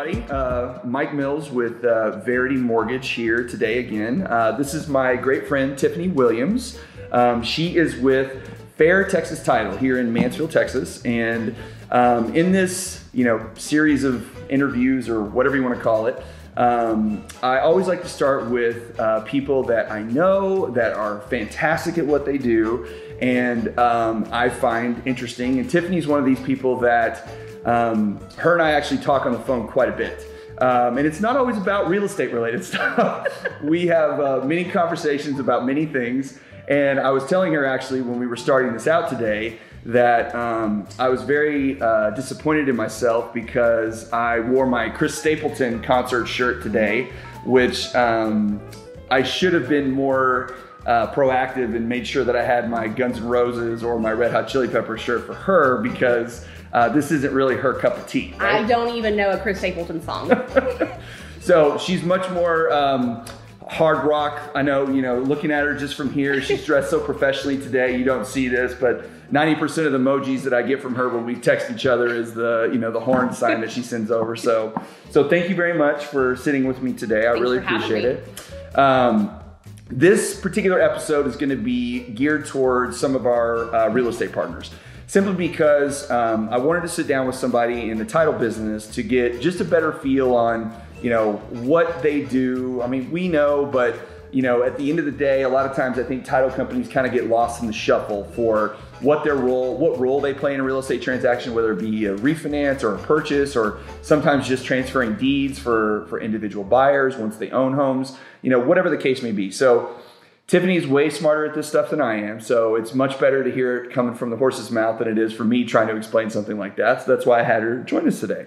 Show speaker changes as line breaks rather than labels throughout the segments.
uh, Mike Mills with uh, Verity Mortgage here today again. Uh, this is my great friend Tiffany Williams. Um, she is with Fair Texas Title here in Mansfield, Texas, and um, in this you know series of interviews or whatever you want to call it. Um, I always like to start with uh, people that I know that are fantastic at what they do and um, I find interesting. And Tiffany's one of these people that um, her and I actually talk on the phone quite a bit. Um, and it's not always about real estate related stuff. we have uh, many conversations about many things. And I was telling her actually when we were starting this out today that um, I was very uh, disappointed in myself because I wore my Chris Stapleton concert shirt today, which um, I should have been more uh, proactive and made sure that I had my Guns N' Roses or my Red Hot Chili Pepper shirt for her because uh, this isn't really her cup of tea. right?
I don't even know a Chris Stapleton song.
So she's much more um, hard rock. I know, you know, looking at her just from here, she's dressed so professionally today. You don't see this, but 90% of the emojis that I get from her when we text each other is the, you know, the horn sign that she sends over. So, so thank you very much for sitting with me today. I
Thanks
really
for having
appreciate
me.
it. Um, this particular episode is going to be geared towards some of our uh, real estate partners simply because um, i wanted to sit down with somebody in the title business to get just a better feel on you know what they do i mean we know but you know at the end of the day a lot of times i think title companies kind of get lost in the shuffle for what their role what role they play in a real estate transaction whether it be a refinance or a purchase or sometimes just transferring deeds for for individual buyers once they own homes you know whatever the case may be so Tiffany's way smarter at this stuff than I am, so it's much better to hear it coming from the horse's mouth than it is for me trying to explain something like that. So that's why I had her join us today.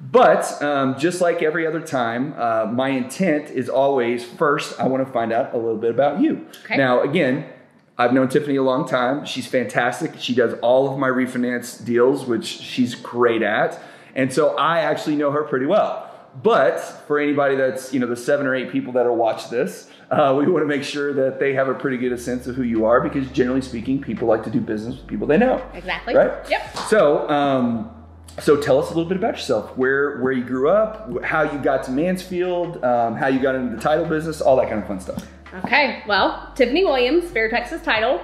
But um, just like every other time, uh, my intent is always first, I want to find out a little bit about you.
Okay.
Now, again, I've known Tiffany a long time. She's fantastic. She does all of my refinance deals, which she's great at. And so I actually know her pretty well. But for anybody that's, you know, the seven or eight people that'll watch this, uh, we want to make sure that they have a pretty good sense of who you are because generally speaking, people like to do business with people they know.
Exactly.
Right?
Yep.
So, um, so tell us a little bit about yourself, where where you grew up, wh- how you got to Mansfield, um, how you got into the title business, all that kind of fun stuff.
Okay, well, Tiffany Williams, Fair Texas title.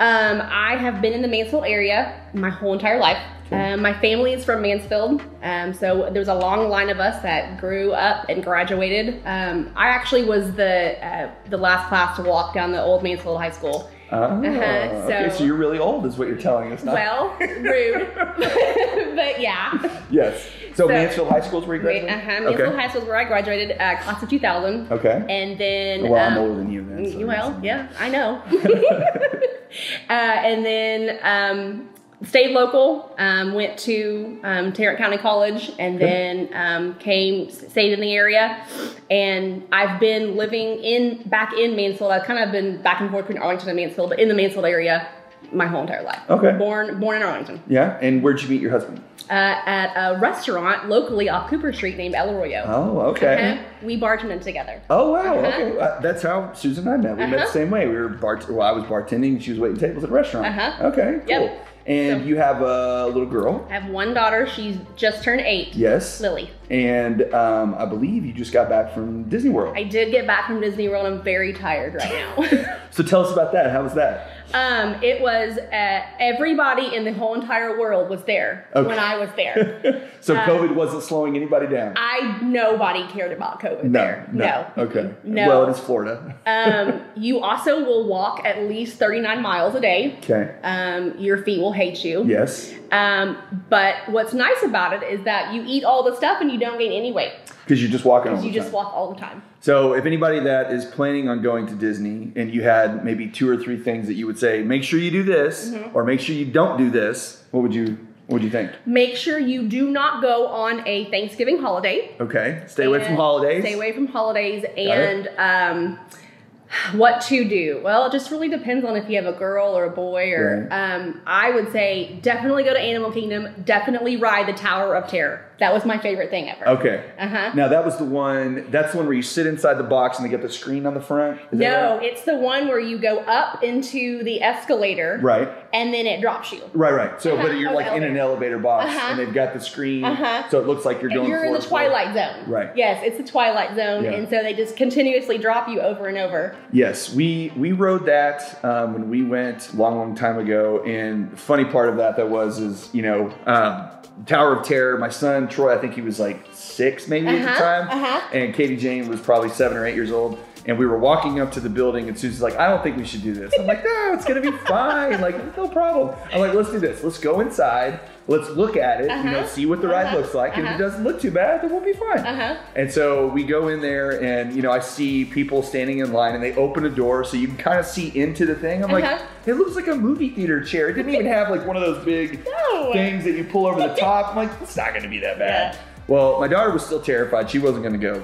Um, I have been in the Mansfield area my whole entire life. Um, my family is from Mansfield, um, so there's a long line of us that grew up and graduated. Um, I actually was the uh, the last class to walk down the old Mansfield High School.
Ah,
Uh-huh, so-
okay, so you're really old, is what you're telling us. Not,
Well, rude, but yeah.
yes. So,
so-
Mansfield High School is where you
Wait,
graduated.
uh-huh. Mansfield High School is where I graduated, uh, class of 2000.
Okay.
And then.
well, I'm
um,
older than you then. so
well,
that's-
yeah, I know. uh, and then um, stayed local, um, went to um, Tarrant County College, and then um, came, stayed in the area. And I've been living in back in Mansfield. I've kind of been back and forth between Arlington and Mansfield, but in the Mansfield area my whole entire life.
Okay.
Born, born in Arlington
Yeah. And where'd you meet your husband?
uh, at a restaurant locally off Cooper Street named El Arroyo.
Oh, okay.
Uh-huh. We bartended together.
Oh wow!
Uh-huh.
Okay, uh, that's how Susan and I met. We met
Uh-huh.
the same way. We were bart. Well, I was bartending, and she was waiting tables at a restaurant.
Uh-huh.
Okay, cool.
Yep.
And you have a little girl.
I have one daughter. She's just turned eight.
Yes.
Lily.
And um, I believe you just got back from Disney World.
I did get back from Disney World. I'm very tired right
so tell us about that. How was that?
now. um, it was uh, everybody in the whole entire world was there
Okay.
when I was there.
so
Uh,
COVID wasn't slowing anybody down.
I nobody cared about COVID
no,
uh, there.
no. Okay.
No.
Well, it is Florida.
um, you also will walk at least 39 miles a day.
Okay.
Um, your feet will hate you.
Yes.
Um, but what's nice about it is that you eat all the stuff and you don't gain any weight
Because you're just walking. all
because
the
you just
time.
walk all the time.
So, if anybody that is planning on going to Disney and you had maybe two or three things that you would say, make sure you do this,
Mm-hmm.
or make sure you don't do this, what would you what would you think?
Make sure you do not go on a Thanksgiving holiday.
Okay, stay away from
and
holidays.
Stay away from holidays
it.
and um, what to do. Well, it just really depends on if you have a girl or a boy. Or
Right.
um, I would say definitely go to Animal Kingdom. Definitely ride the Tower of Terror. That was my favorite thing ever.
Okay.
Uh-huh.
Now that was the one. That's the one where you sit inside the box and they get the screen on the front. Is that
No,
right?
it's the one where you go up into the escalator,
Right.
And then it drops you.
Right, right. So, but
Uh-huh.
you're
Oh,
like in an elevator box,
Uh-huh.
and they've got the screen,
Uh-huh.
so it looks like you're going.
You're in
floor
the
to floor.
twilight zone,
Right.
Yes, it's the twilight zone,
Yeah.
and so they just continuously drop you over and over.
Yes, we we rode that um, when we went long, long time ago. And the funny part of that that was is you know um, Tower of Terror. My son Troy, I think he was like six maybe at the
Uh-huh,
time,
uh-huh.
and Katie Jane was probably seven or eight years old. And we were walking up to the building, and Susan's like, "I don't think we should do this." I'm like, "No, it's gonna be fine. Like, no problem." I'm like, "Let's do this. Let's go inside. Let's look at it. You know,
Uh-huh,
see what the ride
uh-huh,
looks like. And if
uh-huh.
it doesn't look too bad, then we'll be fine."
Uh-huh.
And so we go in there, and you know, I see people standing in line, and they open a door so you can kind of see into the thing. I'm
Uh-huh.
like, it looks like a movie theater chair. It didn't even have like one of those big
No.
things that you pull over the top. I'm like, it's not going to be that bad.
Yeah.
Well, my daughter was still terrified; she wasn't going to go.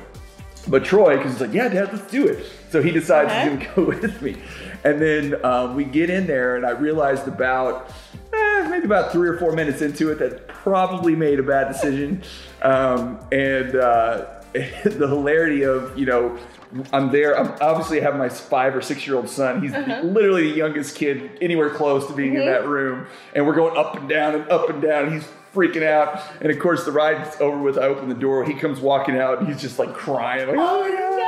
But Troy, because he's like, yeah, Dad, let's do it. So he decides
Okay.
he's gonna go with me. And then um, we get in there, and I realized about eh, maybe about three or four minutes into it that probably made a bad decision. Um, and uh, the hilarity of you know. I'm there. I'm obviously I have my five or six year old son. He's literally the youngest kid anywhere close to being in
Mhm.
that room. And we're going up and down and up and down. He's freaking out. And of course, the ride's over with. I open the door. He comes walking out. And he's just like crying. Like, oh, my God.
No.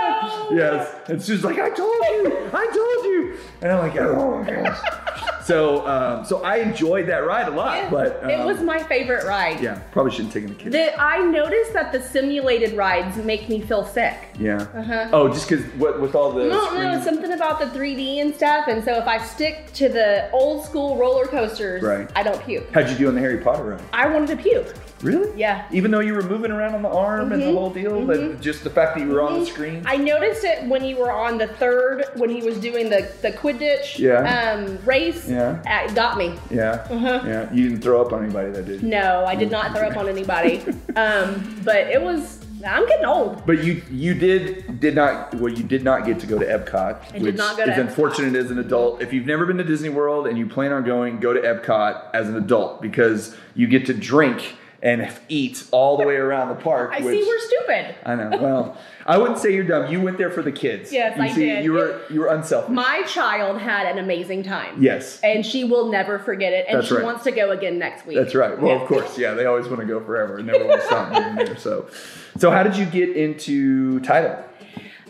Yes. And Sue's like, I told you, I told you. And I'm like, oh my gosh. so, um, so I enjoyed that ride a lot, but um,
it was my favorite ride.
yeah, probably shouldn't take in the kids.
The, I noticed that the simulated rides make me feel sick.
yeah.
Uh-huh.
Oh, just because what with all the
No,
screen-
no, it's something about the 3D and stuff. And so if I stick to the old school roller coasters,
Right.
I don't puke.
How'd you do on the Harry Potter ride?
I wanted to puke.
Really?
Yeah.
Even though you were moving around on the arm and the
Mhm,
whole deal, but just the fact that you were on the screen.
Mm-hmm. I noticed it when you were on the third, when he was doing the, the Quidditch
Yeah.
um, race.
Yeah.
Uh, It got me.
yeah.
Uh-huh.
Yeah. You didn't throw up on anybody that did.
No, I did not throw up on anybody. Um, but it was, I'm getting old.
But you you did did not well you did not get to go to Epcot,
did
which
not go to
is
Epcot.
unfortunate as an adult. If you've never been to Disney World and you plan on going, go to Epcot as an adult because you get to drink and eat all the way around the park.
I
which-
see we're stupid.
I know. Well, I wouldn't say you're dumb. You went there for the kids.
Yes,
you
I did.
You were you were unselfish.
My child had an amazing time.
yes,
And she will never forget it. And
That's
she
right.
wants to go again next week.
that's right. Well,
Yeah.
of course, yeah. They always want to go forever and never want to stop being there. So, so how did you get into title?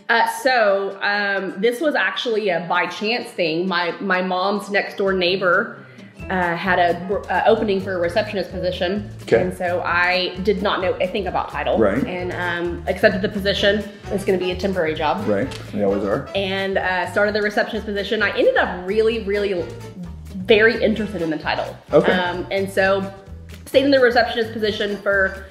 Uh, so um, this was actually a by chance thing. My my mom's next door neighbor uh, had a uh, opening for a receptionist position,
Okay.
and so I did not know a thing about title,
Right.
And um, accepted the position. It's going to be a temporary job,
Right, they always are.
and uh, started the receptionist position. I ended up really, really, very interested in the title.
Okay.
Um, and so stayed in the receptionist position for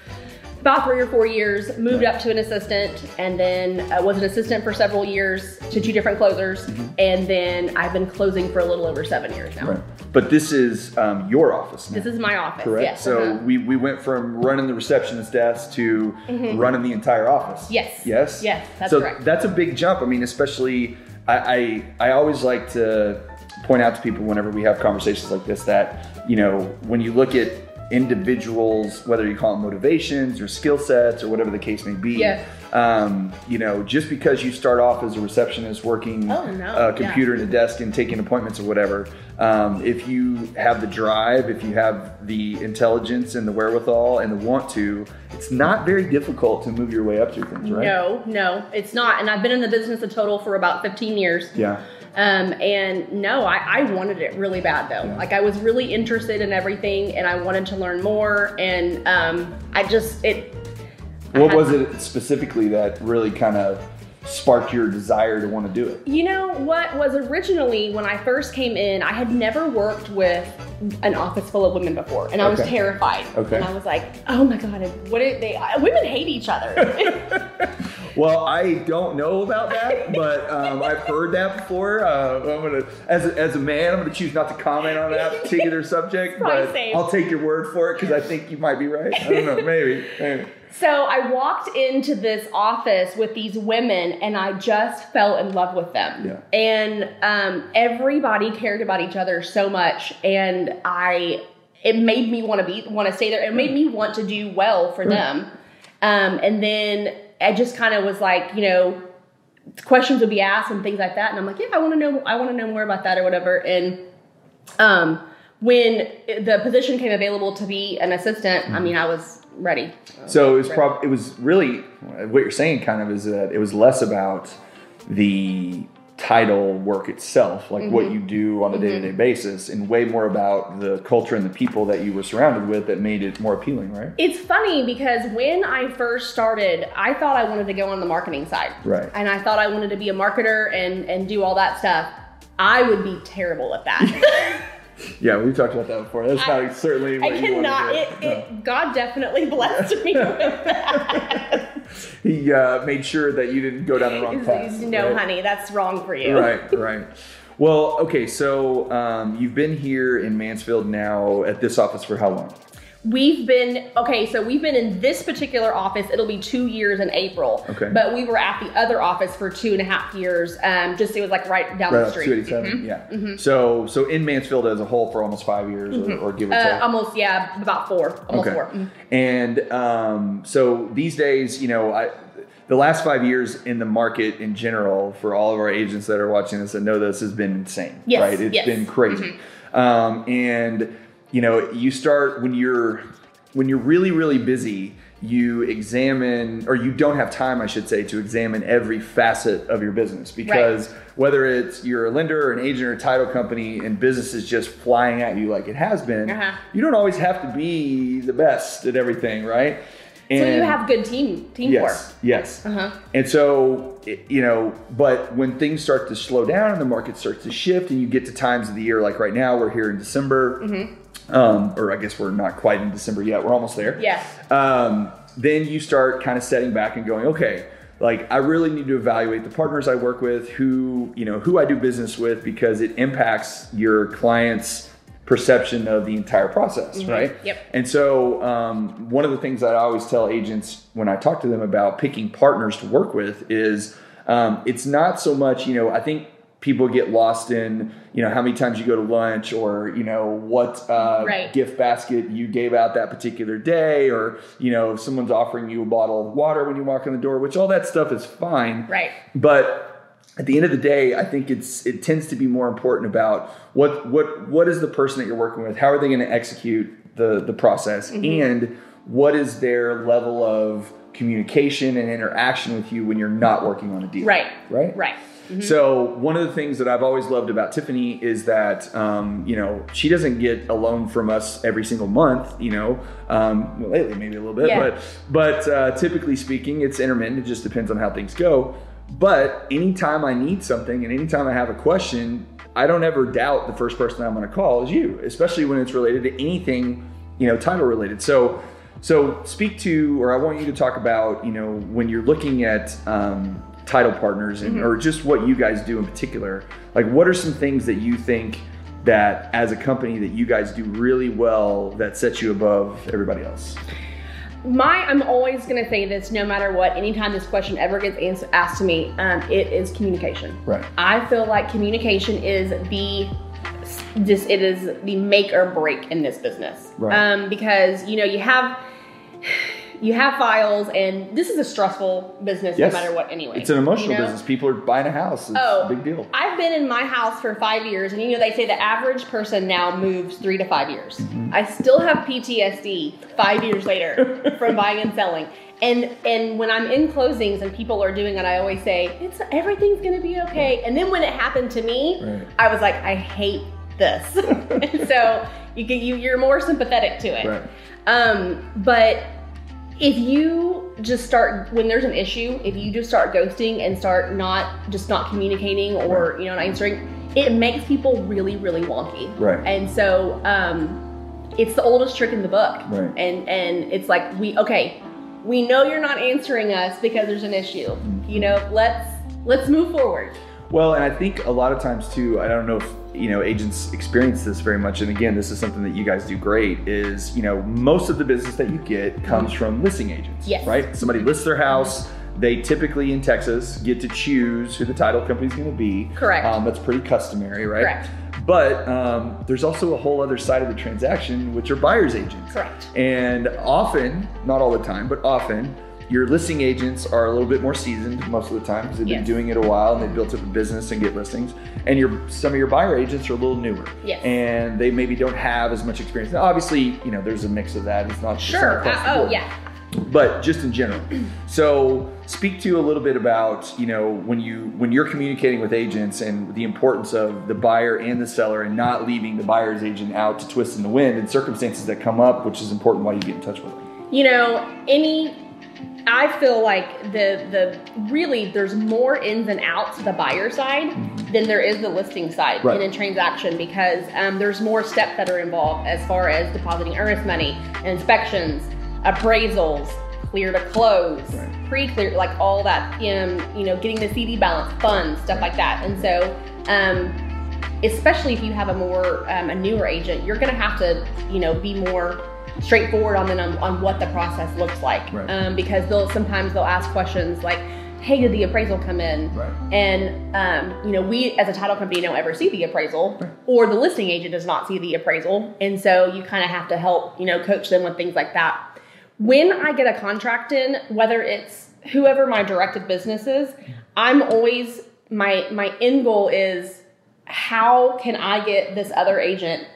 about three or four years, moved up to an assistant, and then uh, was an assistant for several years to two different closers. And then I've been closing for a little over seven years now.
Mm-hmm. Right, but this is um, your office. Now.
This is my office.
Correct.
Yes.
so
uh-huh.
we, we went from running the receptionist desk to running the entire office.
Mm-hmm. Yes.
Yes.
Yes, that's
so
correct.
That's a big jump. I mean, especially I, I I always like to point out to people whenever we have conversations like this that you know when you look at individuals, whether you call them motivations or skill sets or whatever the case may be.
Yes.
Um, you know, just because you start off as a receptionist working
Oh, no.
a
Yeah.
computer computer and a desk and taking appointments or whatever. Um, if you have the drive, if you have the intelligence and the wherewithal and the want to, it's not very difficult to move your way up through things, right?
No, no, it's not. And I've been in the business of total for about 15 years.
Yeah.
Um, and no, I, I wanted it really bad though. Like I was really interested in everything and I wanted to learn more and um, I just it I
What
had-
was it specifically that really kind of sparked your desire to want to do it?
You know what was originally when I first came in, I had never worked with an office full of women before, and I was
Okay.
terrified.
Okay.
And I was like, "Oh my god, what are they? I, women hate each other."
Well, I don't know about that, but um, I've heard that before. Uh, I'm gonna, as a, as a man, I'm gonna choose not to comment on that particular subject,
Probably
but
safe.
I'll take your word for it because I think you might be right. I don't know, maybe. maybe.
so I walked into this office with these women, and I just fell in love with them.
Yeah.
And um, everybody cared about each other so much, and I. it made me want to be want to stay there. It made me want to do well for them. Um, and then I just kind of was like, you know, questions would be asked and things like that, and I'm like, yeah, I want to know, I want to know more about that or whatever. And um, when the position came available to be an assistant, I mean, I was ready.
So it was prob- it was really what you're saying kind of is that it was less about the title work itself, like
Mm-hmm.
what you do on a day-to-day basis, and way more about the culture and the people that you were surrounded with that made it more appealing, right?
It's funny because when I first started, I thought I wanted to go on the marketing side.
Right.
And I thought I wanted to be a marketer and and do all that stuff. I would be terrible at that.
Yeah, we talked about that before. That's
I-
not certainly
I
what you
cannot. It,
want to do.
it, God definitely blessed me with that.
No. He uh, made sure that you didn't go down the wrong path.
no,
right?
honey, that's wrong for you.
right, right. Well, okay, so um, you've been here in Mansfield now at this office for how long?
We've been okay, so we've been in this particular office. It'll be two years in April.
Okay.
But we were at the other office for two and a half years. Um, just it was like right down
Right
the
off
street. Mm-hmm.
287. Yeah. So so in Mansfield as a whole for almost five years, or, or give or take.
Uh, almost, yeah, about four. Almost
okay.
four. Mhm.
And um, so these days, you know, I the last five years in the market in general for all of our agents that are watching this and know this has been insane.
Yes,
Right. It's
yes. Mm-hmm.
been crazy. Um, and you know, you start when you're when you're really really busy. You examine, or you don't have time, I should say, to examine every facet of your business because whether it's you're a lender, or an agent, or a title company, and business is just flying at you like it has been,
Uh-huh.
you don't always have to be the best at everything, right? And
So you have good team teamwork.
yes, yes.
Uh-huh.
And so it- you know, but when things start to slow down and the market starts to shift, and you get to times of the year like right now, we're here in December,
Mm-hmm.
um, or I guess we're not quite in December yet. We're almost there
Yeah.
um, then you start kind of setting back and going, okay, like I really need to evaluate the partners I work with, who you know, who I do business with, because it impacts your clients' perception of the entire process, right?
Yep.
And so, um, one of the things that I always tell agents when I talk to them about picking partners to work with is, um, it's not so much, you know, I think people get lost in, you know, how many times you go to lunch or you know what uh,
Right.
gift basket you gave out that particular day, or you know, if someone's offering you a bottle of water when you walk in the door, which all that stuff is fine.
Right.
But at the end of the day, I think it's it tends to be more important about what what what is the person that you're working with, how are they going to execute the the process,
Mm-hmm.
and what is their level of communication and interaction with you when you're not working on a deal.
Right.
Right.
Right.
So one of the things that I've always loved about Tiffany is that um, you know she doesn't get a loan from us every single month. You know, um, well, lately maybe a little bit,
Yeah.
but but uh, typically speaking, it's intermittent. It just depends on how things go. But anytime I need something and anytime I have a question, I don't ever doubt the first person I'm going to call is you, especially when it's related to anything you know title related. So. So speak to, or I want you to talk about, you know, when you're looking at um, title partners and or just what you guys do in particular like what are some things that you think that as a company that you guys do really well that sets you above everybody else
My, I'm always going to say this, no matter what. Anytime this question ever gets ans- asked to me, um, it is communication.
right
I feel like communication is the this it is the make or break in this business.
Right.
Um, because you know you have you have files, and this is a stressful business
Yes.
no matter what. Anyway,
it's an emotional
you know?
business people are buying a house it's
Oh.
a big deal
I've been in my house for five years, and you know they say the average person now moves three to five years. I still have PTSD five years later from buying and selling. And and when I'm in closings and people are doing it, I always say it's everything's gonna be okay. And then when it happened to me,
Right.
I was like, I hate this. And so you get you you're more sympathetic to it.
right
Um, but if you just start when there's an issue, if you just start ghosting and start not just not communicating or you know not answering, it makes people really really wonky.
Right.
And so um, it's the oldest trick in the book.
Right.
And and it's like we okay, we know you're not answering us because there's an issue. You know, let's let's move forward.
Well, and I think a lot of times too, I don't know if you know agents experience this very much. And again, this is something that you guys do great. Is you know most of the business that you get comes from listing agents,
Yes.
right? Somebody lists their house. They typically in Texas get to choose who the title company is going to be.
Correct.
Um, that's pretty customary, right?
Correct.
But um, there's also a whole other side of the transaction, which are buyer's agents.
Correct.
And often, not all the time, but often, your listing agents are a little bit more seasoned most of the time because they've been
Yes.
doing it a while and they've built up a business and get listings. And your some of your buyer agents are a little newer.
Yes.
And they maybe don't have as much experience. Now, obviously, you know, there's a mix of that. It's not it's not
Sure.
across
Uh,
the
oh
board
yeah.
but just in general. So speak to a little bit about you know when you when you're communicating with agents and the importance of the buyer and the seller and not leaving the buyer's agent out to twist in the wind and circumstances that come up, which is important why you get in touch with them.
you know any i feel like the the really there's more ins and outs to the buyer side than there is the listing side
Right.
in a transaction because um, there's more steps that are involved as far as depositing earnest money inspections appraisals clear to close
Right.
pre-clear like all that um, you know getting the cd balance funds stuff like that and so um, especially if you have a more um, a newer agent, you're going to have to you know be more straightforward on the, on, on what the process looks like
Right.
um, because they'll sometimes they'll ask questions like, "Hey, did the appraisal come in?"
Right.
And um, you know we as a title company don't ever see the appraisal, or the listing agent does not see the appraisal, and so you kind of have to help you know coach them with things like that. When I get a contract in, whether it's whoever my directed business is, I'm always my my end goal is how can I get this other agent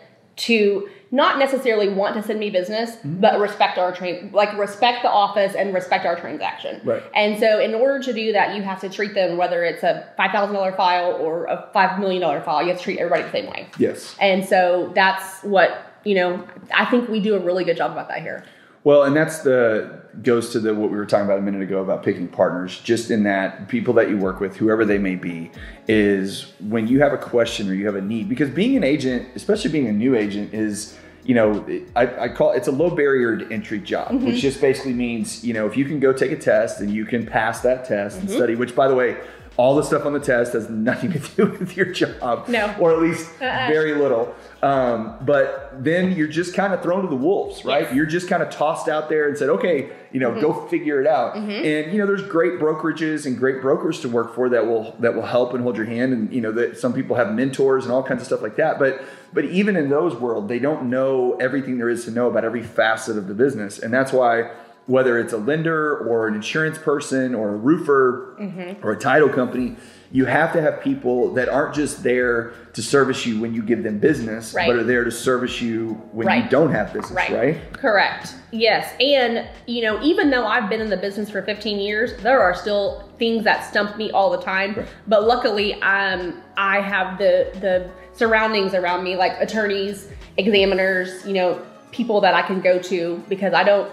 to not necessarily want to send me business, but respect our train, like respect the office and respect our transaction.
Right.
And so, in order to do that, you have to treat them whether it's a five thousand dollar file or a five million dollar file. You have to treat everybody the same way.
Yes.
And so, that's what you know. I think we do a really good job about that here.
Well, and that's the goes to the what we were talking about a minute ago about picking partners. Just in that people that you work with, whoever they may be, is when you have a question or you have a need. Because being an agent, especially being a new agent, is you know I, I call it's a low barrier to entry job, which just basically means you know if you can go take a test and you can pass that test and study. Which, by the way. All the stuff on the test has nothing to do with your job.
No.
Or at least
Uh-uh.
very little. Um, but then you're just kind of thrown to the wolves, right? You're just kind of tossed out there and said, okay, you know, go figure it out. And you know, there's great brokerages and great brokers to work for that will that will help and hold your hand. And you know, that some people have mentors and all kinds of stuff like that. But but even in those world, they don't know everything there is to know about every facet of the business, and that's why whether it's a lender or an insurance person or a roofer
Mm-hmm.
or a title company, you have to have people that aren't just there to service you when you give them business,
Right.
but are there to service you when you
Right.
don't have business, right?
Right. Correct. Yes. And, you know, even though I've been in the business for 15 years, there are still things that stump me all the time.
Right.
But luckily, um, I have the, the surroundings around me, like attorneys, examiners, you know, people that I can go to because I don't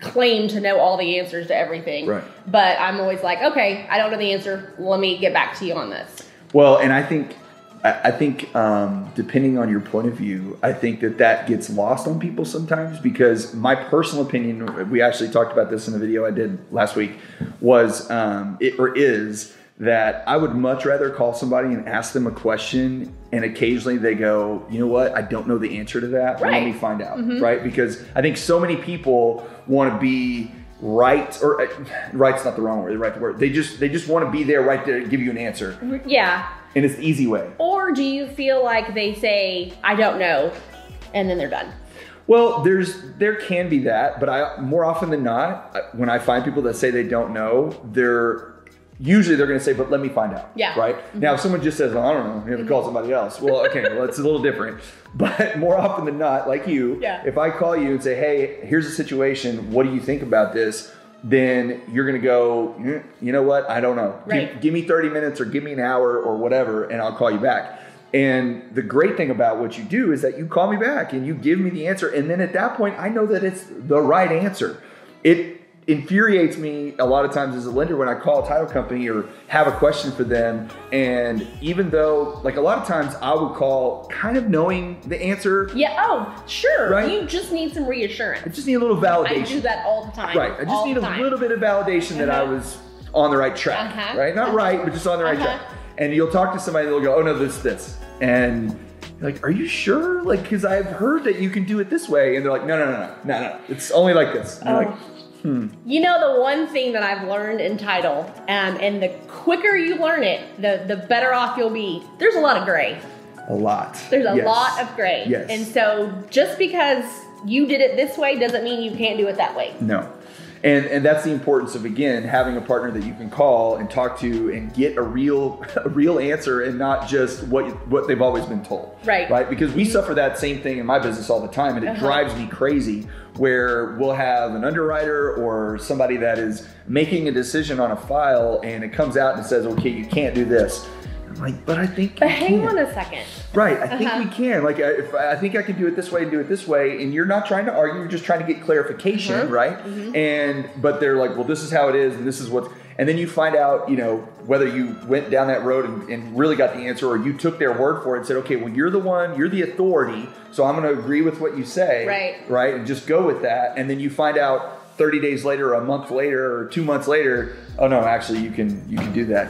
claim to know all the answers to everything.
Right.
But I'm always like, okay, I don't know the answer. Let me get back to you on this.
Well, and I think, I I think, um, depending on your point of view, I think that that gets lost on people sometimes because my personal opinion, we actually talked about this in the video I did last week, was um, it or is that I would much rather call somebody and ask them a question, and occasionally they go, you know what, I don't know the answer to that. Let
Right.
me find out, right? Because I think so many people want to be right or uh, right's not the wrong word the right word they just they just want to be there right there to give you an answer
Yeah.
and it's the easy way.
Or do you feel like they say, I don't know, and then they're done?
Well, there's there can be that, but I more often than not, I- when I find people that say they don't know, they're usually they're going to say, "But let me find out."
Yeah. Mm-hmm.
Right now, if someone just says, "I don't know," you have to call somebody else. Well, okay, well, it's a little different. But more often than not, like you,
Yeah.
if I call you and say, "Hey, here's the situation. What do you think about this?" Then you're going to go, "Mm, you know what? I don't know. Give-
Right.
give me 30 minutes or give me an hour or whatever and I'll call you back. And the great thing about what you do is that you call me back and you give me the answer and then at that point I know that it's the right answer. It infuriates me a lot of times as a lender when I call a title company or have a question for them and even though like a lot of times I would call kind of knowing the answer
Yeah. Oh, sure.
Right?
You just need some
I
reassurance.
just need a little
I
validation.
do that all the time.
Right. I just
all
need
the
a
time.
little bit of validation that I
Uh-huh.
was on the right track.
Uh-huh.
Right? Not right, but just on the right
Uh-huh.
track. And you'll talk to somebody and they'll go, oh no, this, this. And you're like, are you sure? Like, because I've heard that you can do it this way. And they're like, no, no, no, no, no, no. It's only like this. And you're
Oh.
like,
You know the one thing that I've learned in title, um, and the quicker you learn it, the the better off you'll be. There's a lot of gray.
a A lot.
There's a
Yes.
lot of gray.
Yes.
And so just because you did it this way doesn't mean you can't do it that way.
No. And, and that's the importance of again having a partner that you can call and talk to and get a real a real answer and not just what what they've always been told.
Right.
Right? Because we suffer that same thing in my business all the time and it
Uh-huh.
drives me crazy where we'll have an underwriter or somebody that is making a decision on a file and it comes out and says, "Okay, you can't do this." I'm like, "But I think
But
you
hang
can."
on a second.
Right, I think
Uh-huh.
we can. Like, I, if, I think I can do it this way and do it this way, and you're not trying to argue. You're just trying to get clarification,
Uh-huh.
right? And but they're like, well, this is how it is, and this is what. And then you find out, you know, whether you went down that road and, and really got the answer, or you took their word for it and said, okay, well, you're the one, you're the authority, so I'm going to agree with what you say,
Right.
Right, and just go with that. And then you find out. 30 days later, a month later, or two months later, oh no, actually you can you can do that.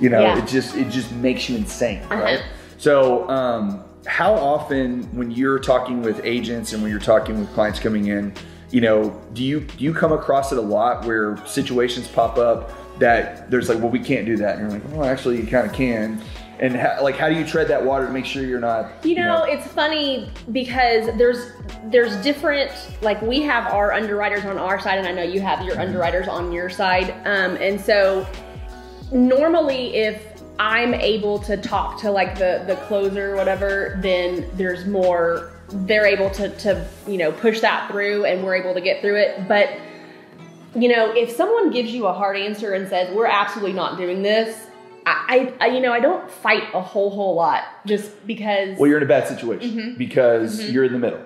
You know,
Mm-hmm. Yeah.
it just it just makes you insane, right?
Uh-huh.
So, um, how often when you're talking with agents and when you're talking with clients coming in, you know, do you do you come across it a lot where situations pop up that there's like, well, we can't do that, and you're like, well, actually, you kind of can, and how, like, how do you tread that water to make sure you're not,
You know, it's funny because there's there's different like we have our underwriters on our side, and I know you have your underwriters on your side. Um, and so normally, if I'm able to talk to like the the closer or whatever, then there's more. They're able to to you know push that through, and we're able to get through it. But you know, if someone gives you a hard answer and says we're absolutely not doing this. I, I, I- you know, I don't fight a whole whole lot just because. Mm-hmm.
well, you're in a bad situation because you're in the middle,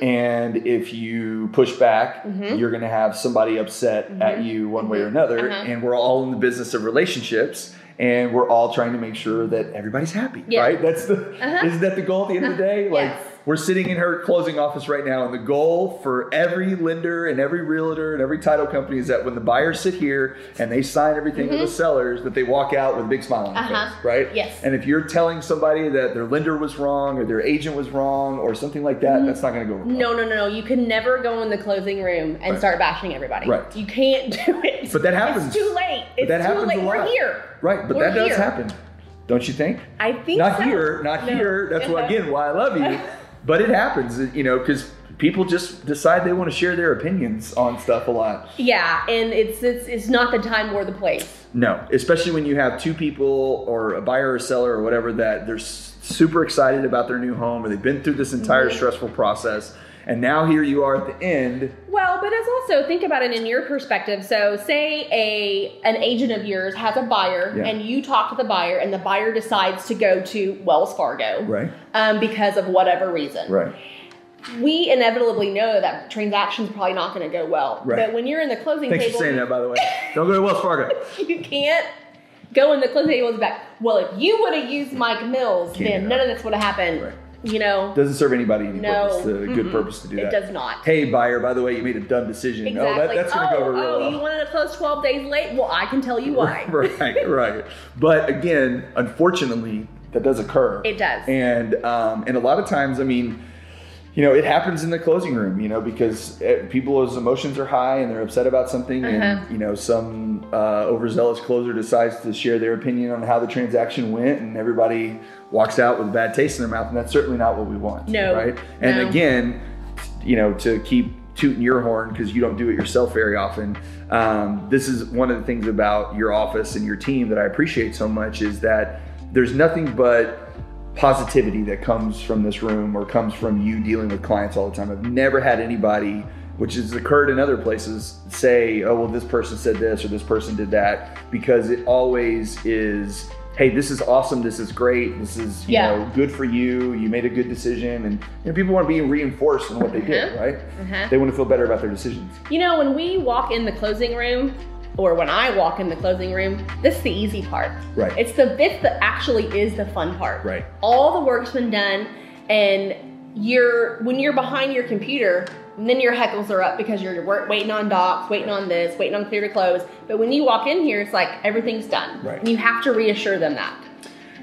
and if you push back,
Mm-hmm.
you're going to have somebody upset at you one way or another,
Uh-huh.
and we're all in the business of relationships. And we're all trying to make sure that everybody's happy,
Yeah.
right? That's the
Uh-huh.
isn't that the goal at the end of the day? Like
Yes.
we're sitting in her closing office right now, and the goal for every lender and every realtor and every title company is that when the buyers sit here and they sign everything with the sellers, that they walk out with a big smile on their
Mm-hmm. Uh-huh.
face, right?
Yes.
And if you're telling somebody that their lender was wrong or their agent was wrong or something like that, that's not going to go over. well.
No, no, no, no. You can never go in the closing room and
Right.
start bashing everybody.
Right.
You can't do it.
But that happens.
It's too late.
But
It's
that
too
happens
late.
a lot.
We're here.
Right, but
We're
that does
here.
happen, don't you think?
I think
not
so.
here, not
No.
here. That's why
Uh-huh.
again why I love you. But it happens, you know, because people just decide they want to share their opinions on stuff a lot.
Yeah, and it's it's it's not the time or the place.
No, especially when you have two people or a buyer or seller or whatever that they're s- super excited about their new home or they've been through this entire stressful process, and now here you are at the end.
Well, but as also think about it in your perspective. So, say a an agent of yours has a buyer,
Yeah.
and you talk to the buyer, and the buyer decides to go to Wells Fargo,
Right.
Um, because of whatever reason,
Right.
we inevitably know that transaction's probably not going to go well.
Right.
But when you're in the closing
Thanks
table,
for saying that, by the way. Don't go to Wells Fargo.
you can't go in the closing table and be like, well, if you would have used Mike Mills,
Can't do
then
that.
none of this would have happened.
Right.
You know,
Doesn't serve anybody any
No.
purpose, to, good
Mm-mm.
purpose to do
it
that.
does not.
Hey, buyer, by the way, you made a dumb decision.
exactly.
Oh, that, that's going to
oh,
go over real
oh,
well.
you wanted to close 12 days late? Well, I can tell you why.
right, right. But again, unfortunately, that does occur.
It does.
And um, and a lot of times, I mean, you know, it happens in the closing room, you know, because eh, people's emotions are high and they're upset about something,
Uh-huh.
and you know, some uh, overzealous closer decides to share their opinion on how the transaction went, and everybody walks out with a bad taste in their mouth, and that's certainly not what we want.
No,
Right. And
no.
again, you know, to keep tooting your horn because you don't do it yourself very often. Um, this is one of the things about your office and your team that I appreciate so much is that there's nothing but positivity that comes from this room or comes from you dealing with clients all the time. I've never had anybody, which has occurred in other places, say, oh, well, this person said this or this person did that, because it always is. Hey, this is awesome. This is great. This is, you
Yeah.
know, good for you. You made a good decision, and you know, people want to be reinforced in what they did,
Mhm.
right?
Uh-huh.
They want to feel better about their decisions.
You know, when we walk in the closing room, or when I walk in the closing room, this is the easy part.
Right.
It's the bit that actually is the fun part.
Right.
All the work's been done, and you're when you're behind your computer, then your heckles are up because you're wor- waiting on docs, waiting on this, waiting on clear to close. But when you walk in here, it's like everything's done.
Right.
And you have to reassure them that.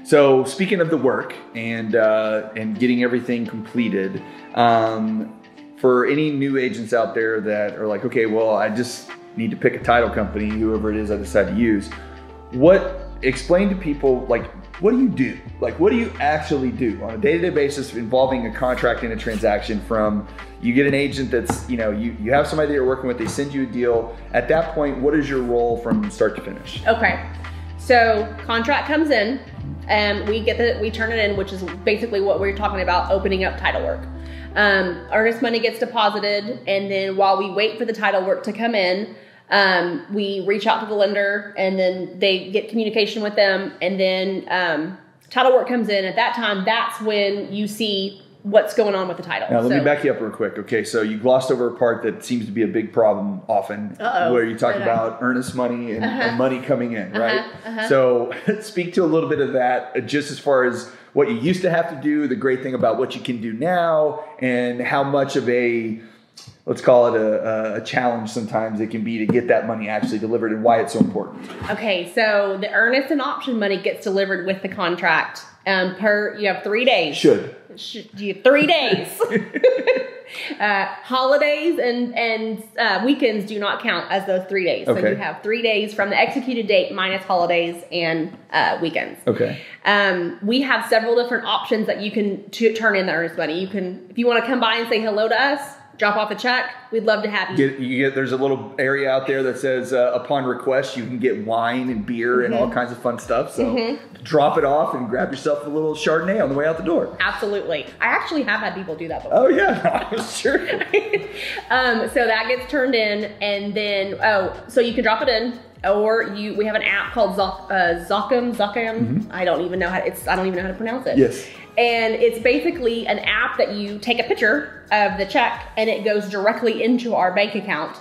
So speaking of the work and uh, and getting everything completed, um, for any new agents out there that are like, okay, well, I just need to pick a title company, whoever it is I decide to use. What explain to people like what do you do? Like, what do you actually do on a day-to-day basis involving a contract and a transaction from you get an agent that's, you know, you, you have somebody that you're working with, they send you a deal. At that point, what is your role from start to finish?
Okay. So contract comes in, and we get the we turn it in, which is basically what we are talking about opening up title work. Um, earnest money gets deposited, and then while we wait for the title work to come in, um, we reach out to the lender, and then they get communication with them, and then um, title work comes in. At that time, that's when you see what's going on with the title.
Now, let
So-
me back you up real quick. Okay, so you glossed over a part that seems to be a big problem often,
Uh-oh.
where you talk
Right on.
about earnest money and, and money coming in, right?
uh-huh.
So, speak to a little bit of that, uh, just as far as what you used to have to do, the great thing about what you can do now, and how much of a let's call it a, a- a challenge sometimes it can be to get that money actually delivered, and why it's so important.
Okay, so the earnest and option money gets delivered with the contract. Um, per you have three days.
Should
Sh- you have three days. uh, holidays and and uh, weekends do not count as those three days. So
Okay.
you have three days from the executed date minus holidays and uh, weekends.
okay,
Um, we have several different options that you can to turn in the earnest money. You can, if you want to come by and say hello to us, drop off a check. We'd love to have you.
get you get there's a little area out there that says uh, upon request you can get wine and beer and all kinds of fun stuff. So drop it off and grab yourself a little Chardonnay on the way out the door.
Absolutely. I actually have had people do that before.
Oh yeah, sure.
um, so that gets turned in, and then oh, so you can drop it in, or you we have an app called Zoc, uh, Zocum. Zocum. I don't even know how it's. I don't even know how to pronounce it.
Yes.
And it's basically an app that you take a picture of the check, and it goes directly into our bank account.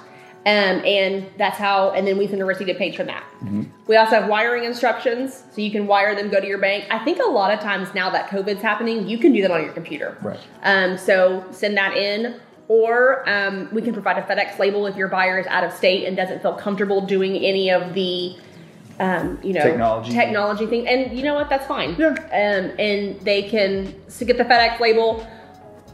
Um, and that's how, and then we send a receipted page from that.
Mm-hmm.
We also have wiring instructions, so you can wire them, go to your bank. I think a lot of times now that COVID's happening, you can do that on your computer.
Right.
Um, so send that in, or um, we can provide a FedEx label if your buyer is out of state and doesn't feel comfortable doing any of the, um, you know,
Technology.
technology thing. And you know what? That's fine.
Yeah.
Um, and they can s- get the FedEx label,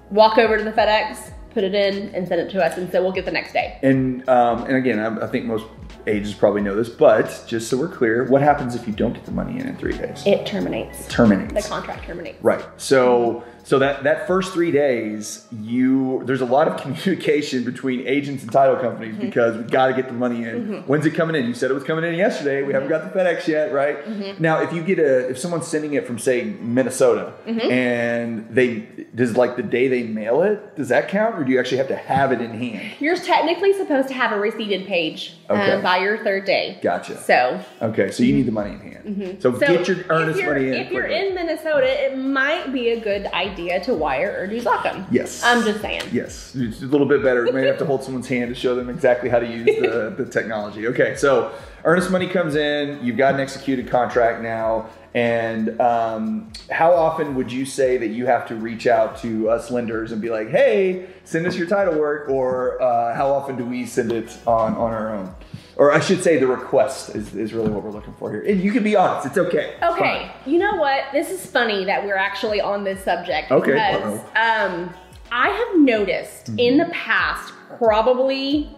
walk over to the FedEx, put it in, and send it to us, and so we'll get the next day.
And um, and again, I, I think most agents probably know this, but just so we're clear, what happens if you don't get the money in in three days?
It terminates.
Terminates.
The contract terminates.
Right. So so that that first three days, you there's a lot of communication between agents and title companies
Mm-hmm.
because we got to get the money in. When's it coming in? You said it was coming in yesterday. We haven't
Mm-hmm.
got the FedEx yet, right? Now, if you get a if someone's sending it from say Minnesota
Mm-hmm.
and they does like the day they mail it, does that count, or do you actually have to have it in hand?
You're technically supposed to have a receipted page
Okay.
um, by your third day.
Gotcha.
So
Okay, so you need the money in hand. So, get your earnest
Mm-hmm. if you're,
money in.
If you're
quickly.
in Minnesota, it might be a good idea to wire or do Zocum.
Yes.
I'm just saying.
Yes, it's a little bit better. You may have to hold someone's hand to show them exactly how to use the, the technology. Okay, so earnest money comes in, you've got an executed contract now, and um, how often would you say that you have to reach out to us lenders and be like, hey, send us your title work, or uh, how often do we send it on, on our own? Or I should say the request is, is really what we're looking for here. And you can be honest, it's okay. It's
Okay, you know what? This is funny that we're actually on this subject.
Okay. Mm-hmm.
Because, um, I have noticed in the past, probably,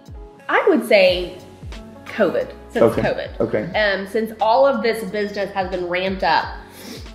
I would say, COVID since
Okay,
COVID.
okay.
Um, since all of this business has been ramped up,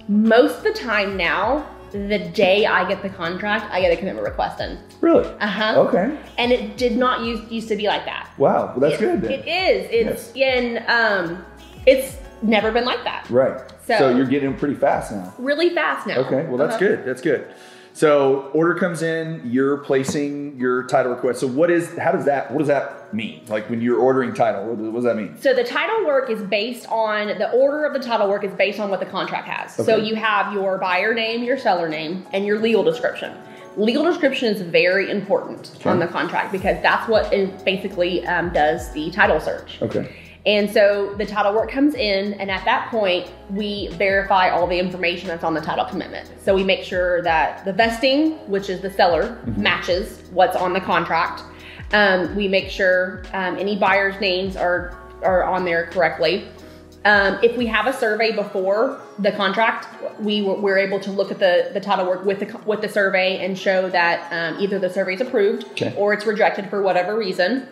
most of the time now, the day I get the contract, I get a commitment request in.
fine. Really?
Uh huh.
Okay.
And it did not used used to be like that.
Wow, well, that's good then.
It is. It's and um, it's never been like that.
Right.
So-
so you're getting them pretty fast now.
Really fast now.
Okay, well that's
Uh-huh.
good. That's good. So order comes in, you're placing your title request. So what is how does that what does that mean? Like when you're ordering title, what does, what does that mean?
So the title work is based on the order of the title work is based on what the contract has. So
Okay.
you have your buyer name, your seller name, and your legal description. Legal description is very important on the contract because that's what it basically um, does the title search.
Okay.
And so the title work comes in, and at that point, we verify all the information that's on the title commitment. So we make sure that the vesting, which is the seller, matches what's on the contract. Um, we make sure um, any buyer's names are are on there correctly. Um, if we have a survey before the contract, we were, we're able to look at the, the title work with the co- with the survey and show that um, either the survey is approved
Okay.
or it's rejected for whatever reason.